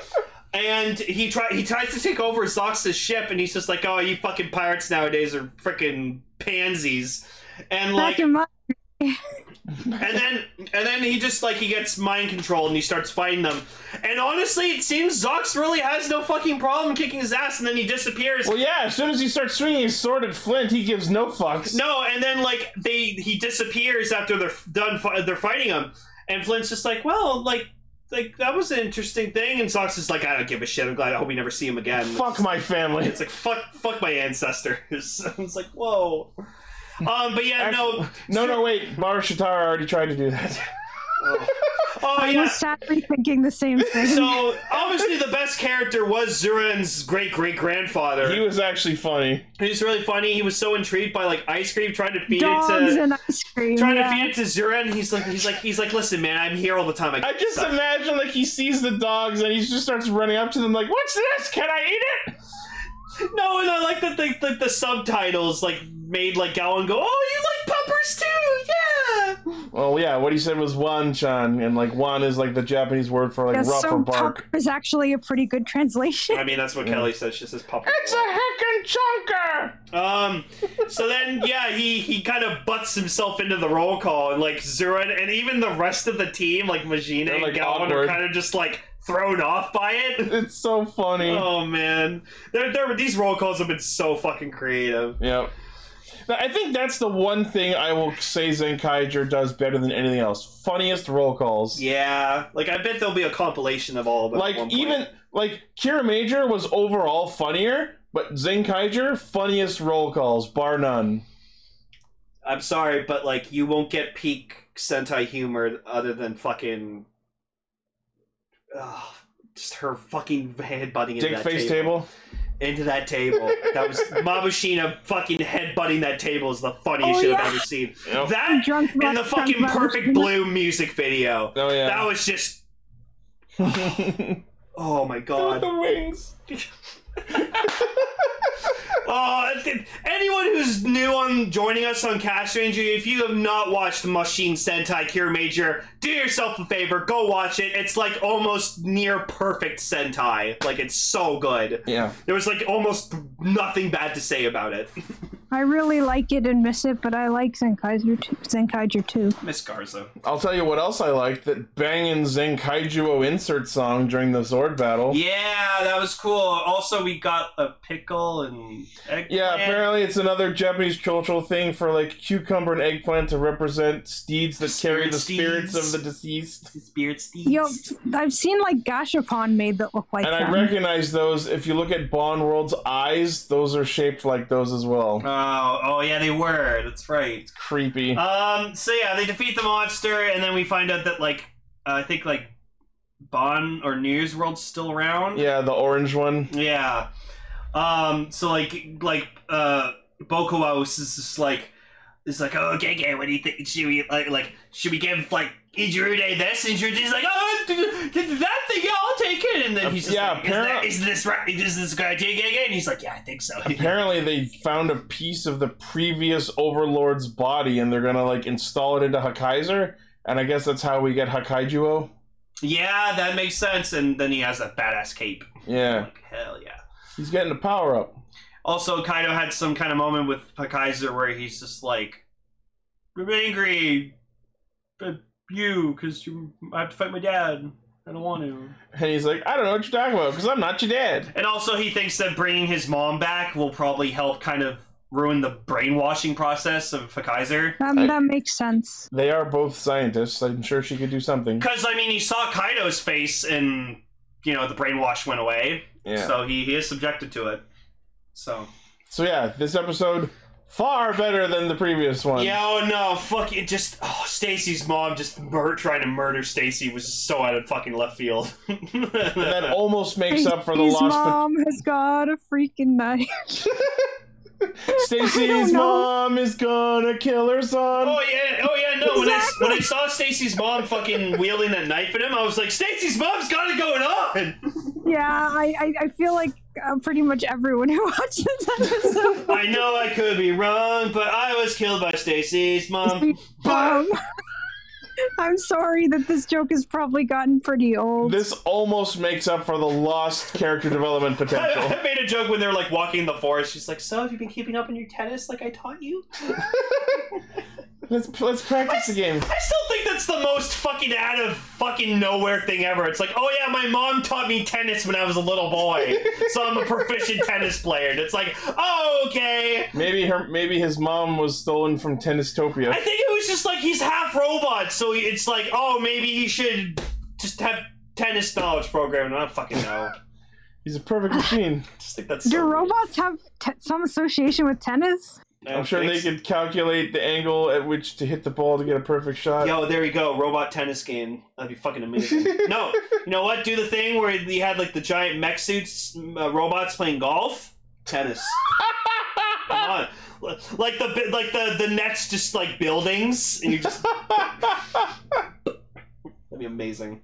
And he try he tries to take over Zox's ship, and he's just like, "Oh, you fucking pirates nowadays are freaking pansies." And like,
Back in my
and then and then he just like he gets mind controlled and he starts fighting them. And honestly, it seems Zox really has no fucking problem kicking his ass, and then he disappears.
Well, yeah, as soon as he starts swinging his sword at Flint, he gives no fucks.
No, and then like they he disappears after they're done. fi- They're fighting him, and Flint's just like, well, like. Like that was an interesting thing, and Sox is like, I don't give a shit. I'm glad. I hope we never see him again.
Fuck my family.
It's like fuck, fuck my ancestors. it's like whoa. Um, but yeah, no,
No, no, wait. Barashitara already tried to do that.
oh
I
yeah.
was sadly thinking the same thing.
So obviously, the best character was Zurin's great great grandfather.
He was actually funny.
He was really funny. He was so intrigued by like ice cream, trying to feed it
Dogs
to
and ice cream.
trying
yeah.
to feed it to Zurin. He's like, he's like, he's like, listen, man, I'm here all the time.
I just imagine, like, he sees the dogs and he just starts running up to them, like, What's this? Can I eat it?
No, and I like that the, the, the subtitles like made like Gowan go, "Oh, you like peppers too? Yeah."
Well, yeah, what he said was Wan Chan, and, like, Wan is, like, the Japanese word for, like,
Yeah,
rough
so
or bark.
Pop is actually a pretty good translation.
I mean, that's what Kelly says. She says pepper.
It's a heckin' chunker!
Um, so then yeah, he he kind of butts himself into the roll call, and like Zurin and even the rest of the team, like Majina
They're,
and
like,
Gowan, are
awkward.
kind of just like thrown off by it.
It's so funny.
Oh man, they're, they're, these roll calls have been so fucking creative.
Yep. Now, I think that's the one thing I will say Zenkaiger does better than anything else. Funniest roll calls.
Yeah, like I bet there'll be a compilation of all of them. at
like
one point.
even like Kira Major was overall funnier, but Zenkaiger funniest roll calls, bar none.
I'm sorry, but like you won't get peak Sentai humor other than fucking, Ugh, just her fucking head butting into
Dick
that
face table.
into that table. That was Mabushina fucking headbutting that table is the funniest
Oh,
shit
yeah.
I've ever seen.
Yep.
That
Drunk
and the
Rock-
fucking
Drunk Rock-
Perfect Blue music video.
Oh yeah.
That was just oh my
With
god.
the wings.
Oh, th- anyone who's new on joining us on Cash Ranger, if you have not watched Machine Sentai Cure Major, do yourself a favor, go watch it. It's like almost near perfect Sentai. Like it's so good.
Yeah.
There was like almost nothing bad to say about it.
I really like it and miss it, but I like Zenkaiser too. Zenkaiser too.
Miss Garza.
I'll tell you what else I liked that banging Zenkaijuo insert song during the Zord battle.
Yeah, that was cool. Also, we got a pickle and eggplant.
Yeah, apparently it's another Japanese cultural thing for like cucumber and eggplant to represent steeds that carry the
Spirit
spirits
steeds.
of the deceased.
Spirit steeds.
Yo, I've seen like Gashapon made that look like
And
that.
I recognize those. If you look at Bond World's eyes, those are shaped like those as well.
Oh, oh yeah, they were. That's right.
Creepy.
Um, so yeah, they defeat the monster, and then we find out that like uh, I think like Bon or New Year's World's still around.
yeah, the orange one.
Yeah. Um. So like like uh, Bokuo is just like is like oh okay okay what do you think should we like like should we give like Ijirude this and Ijirude's like oh d- d- that thing yeah I'll take it and then he's just
Yeah,
like, is, that,
apparent-
is this right is this gonna take it again and he's like yeah I think so
Apparently, they found a piece of the previous Overlord's body, and they're gonna like install it into Hakaiser. And I guess that's how we get Hakaijuo.
yeah that makes sense and then he has that badass cape
Yeah,
like hell yeah.
he's getting a power up.
Also, Kaido had some kind of moment with Kaiser where he's just like, I'm angry at you because I have to fight my dad. I don't want to.
And he's like, I don't know what you're talking about because I'm not your dad.
And also, he thinks that bringing his mom back will probably help kind of ruin the brainwashing process of Kaiser.
Um, that makes sense.
They are both scientists. I'm sure she could do something.
Because, I mean, he saw Kaido's face and, you know, the brainwash went away.
Yeah.
So he, he is subjected to it. So.
So yeah, this episode far better than the previous one.
Yeah, oh no, fuck it. Just oh, Stacy's mom just mur- trying to murder Stacy was so out of fucking left field.
That almost makes up for the
His
lost. pot-
mom has got a freaking knife.
Stacy's
know.
mom is gonna kill her son.
oh yeah, oh yeah. No, when I s- when I saw Stacy's mom fucking wielding that knife at him, I was like, Stacy's mom's got it going on.
yeah, I, I, I feel like uh, pretty much everyone who watches that episode.
I know I could be wrong, but I was killed by Stacy's mom.
Um, I'm sorry that this joke has probably gotten pretty old.
This almost makes up for the lost character development potential.
I, I made a joke when they were like walking in the forest. She's like, "So, have you been keeping up on your tennis like I taught you?"
let's let's practice the game.
I still think that's the most fucking out of fucking nowhere thing ever. It's like, oh yeah, my mom taught me tennis when I was a little boy, so I'm a proficient tennis player. And it's like, oh okay.
Maybe her, maybe his mom was stolen from Tennistopia.
I think it was just like he's half robot, so he- it's like, oh maybe he should just have tennis knowledge program. And I don't fucking know.
He's a perfect machine.
I just think that's.
Do
so weird.
robots have te- some association with tennis?
I
I'm
don't
sure
think
they
so.
could calculate the angle at which to hit the ball to get a perfect shot.
Yo, there we go. Robot tennis game. That'd be fucking amazing. no, you know what? Do the thing where they had like the giant mech suits, uh, robots playing golf, tennis. Come on. L- Like the bi- like the the nets just like buildings, and you just that'd be amazing.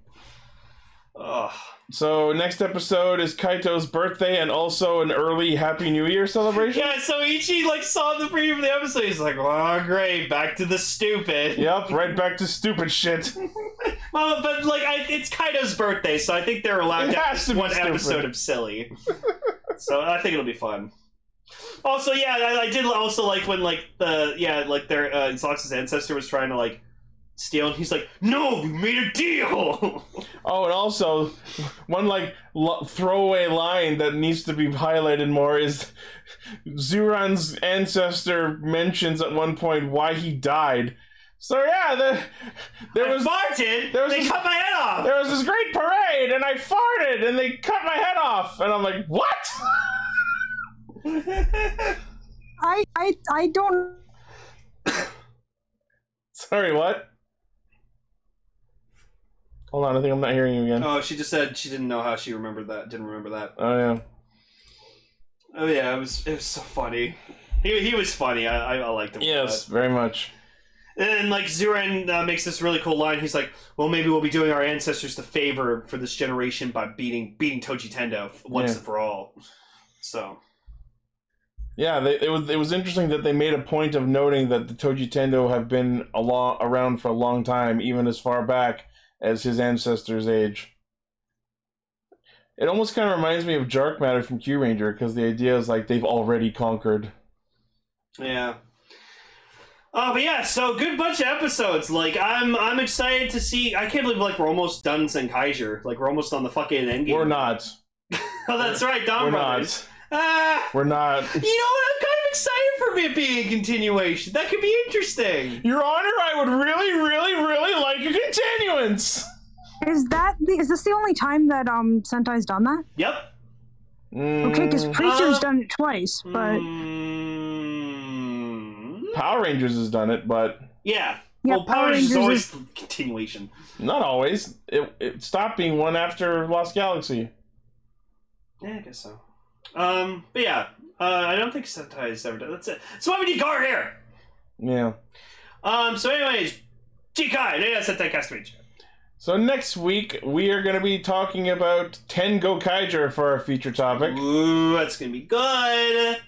Ugh.
So next episode is Kaito's birthday and also an early Happy New Year celebration.
Yeah, so Ichi like saw the preview of the episode. He's like, "Wow, great, back to the stupid."
Yep, right back to stupid shit.
Well, but like, I, it's Kaido's birthday, so I think they're allowed
It
to
has
have
to be
one
stupid.
episode of silly. so I think it'll be fun. Also, yeah, I, I did also like when like the yeah like their uh, Zox's ancestor was trying to like steal, and he's like, "No, we made a deal."
Oh, and also one like lo- throwaway line that needs to be highlighted more is Zuron's ancestor mentions at one point why he died. So yeah, the, there
I
was
farted.
there was
they
a-
cut my head off.
there was this great parade, and I farted, and they cut my head off, and I'm like, what?
I, I, I don't
Sorry, what? Hold on, I think I'm not hearing you again.
Oh, she just said she didn't know how she remembered that. Didn't remember that.
Oh yeah.
Oh yeah, it was it was so funny. He, he was funny. I I, I liked him. for
Yes, very much.
that. And like Zuren uh, makes this really cool line. He's like, "Well, maybe we'll be doing our ancestors the favor for this generation by beating beating Toji Tendo once
Yeah.
and for all." So
Yeah, they, it was it was interesting that they made a point of noting that the Toji Tendo have been a lo- around for a long time, even as far back as his ancestors' age. It almost kind of reminds me of Jark Matter from Q Ranger because the idea is like they've already conquered.
Yeah. Oh, but yeah, so good bunch of episodes. Like, I'm I'm excited to see. I can't believe like we're almost done Senkaiser. Like we're almost on the fucking endgame.
We're not.
Oh, that's right, Don
We're
Brothers.
not.
Ah,
We're not.
you know what? I'm kind of excited for it being a continuation. That could be interesting.
Your Honor, I would really, really, really like a continuance.
Is that the, is this the only time that um Sentai's done that?
Yep.
Okay, because
Mm,
Preacher's
Uh,
done it twice, but
Mm,
Power Rangers has done it, but
yeah.
Yeah,
Well, Power
Power
Rangers is always
Rangers
the continuation.
not always. It, it stopped being one after Lost Galaxy.
Yeah, I guess so. Um, but yeah, uh, I don't think Sentai has ever done. That's it. So why would you guard here?
Yeah.
Um, so anyways, Jikai, yeah, Sentai Cast Mage.
So next week we are going to be talking about Ten Go Gokaiger for our feature topic.
Ooh, that's gonna be good. I,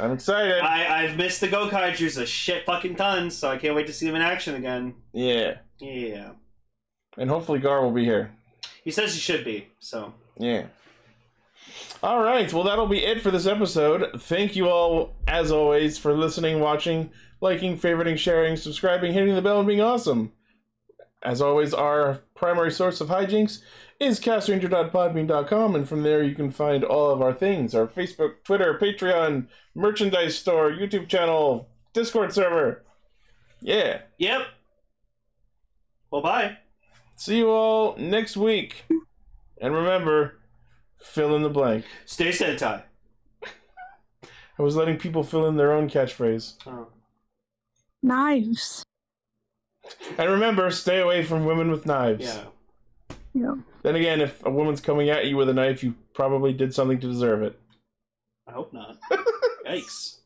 I'm excited.
I've missed the Gokaijers a shit fucking ton, so I can't wait to see them in action again.
yeah.
Yeah.
And hopefully Gar will be here.
He says he should be, so.
Yeah. All right. Well, that'll be it for this episode. Thank you all, as always, for listening, watching, liking, favoriting, sharing, subscribing, hitting the bell, and being awesome. As always, our primary source of hijinks is castranger.podbean.com, and from there you can find all of our things our Facebook, Twitter, Patreon, merchandise store, YouTube channel, Discord server. Yeah.
Yep. Well, bye.
See you all next week. And remember, fill in the blank.
Stay Sentai.
I was letting people fill in their own catchphrase.
Oh.
knives.
And remember, stay away from women with knives.
Yeah.
Yeah.
Then again, if a woman's coming at you with a knife, you probably did something to deserve it.
I hope not. Yikes.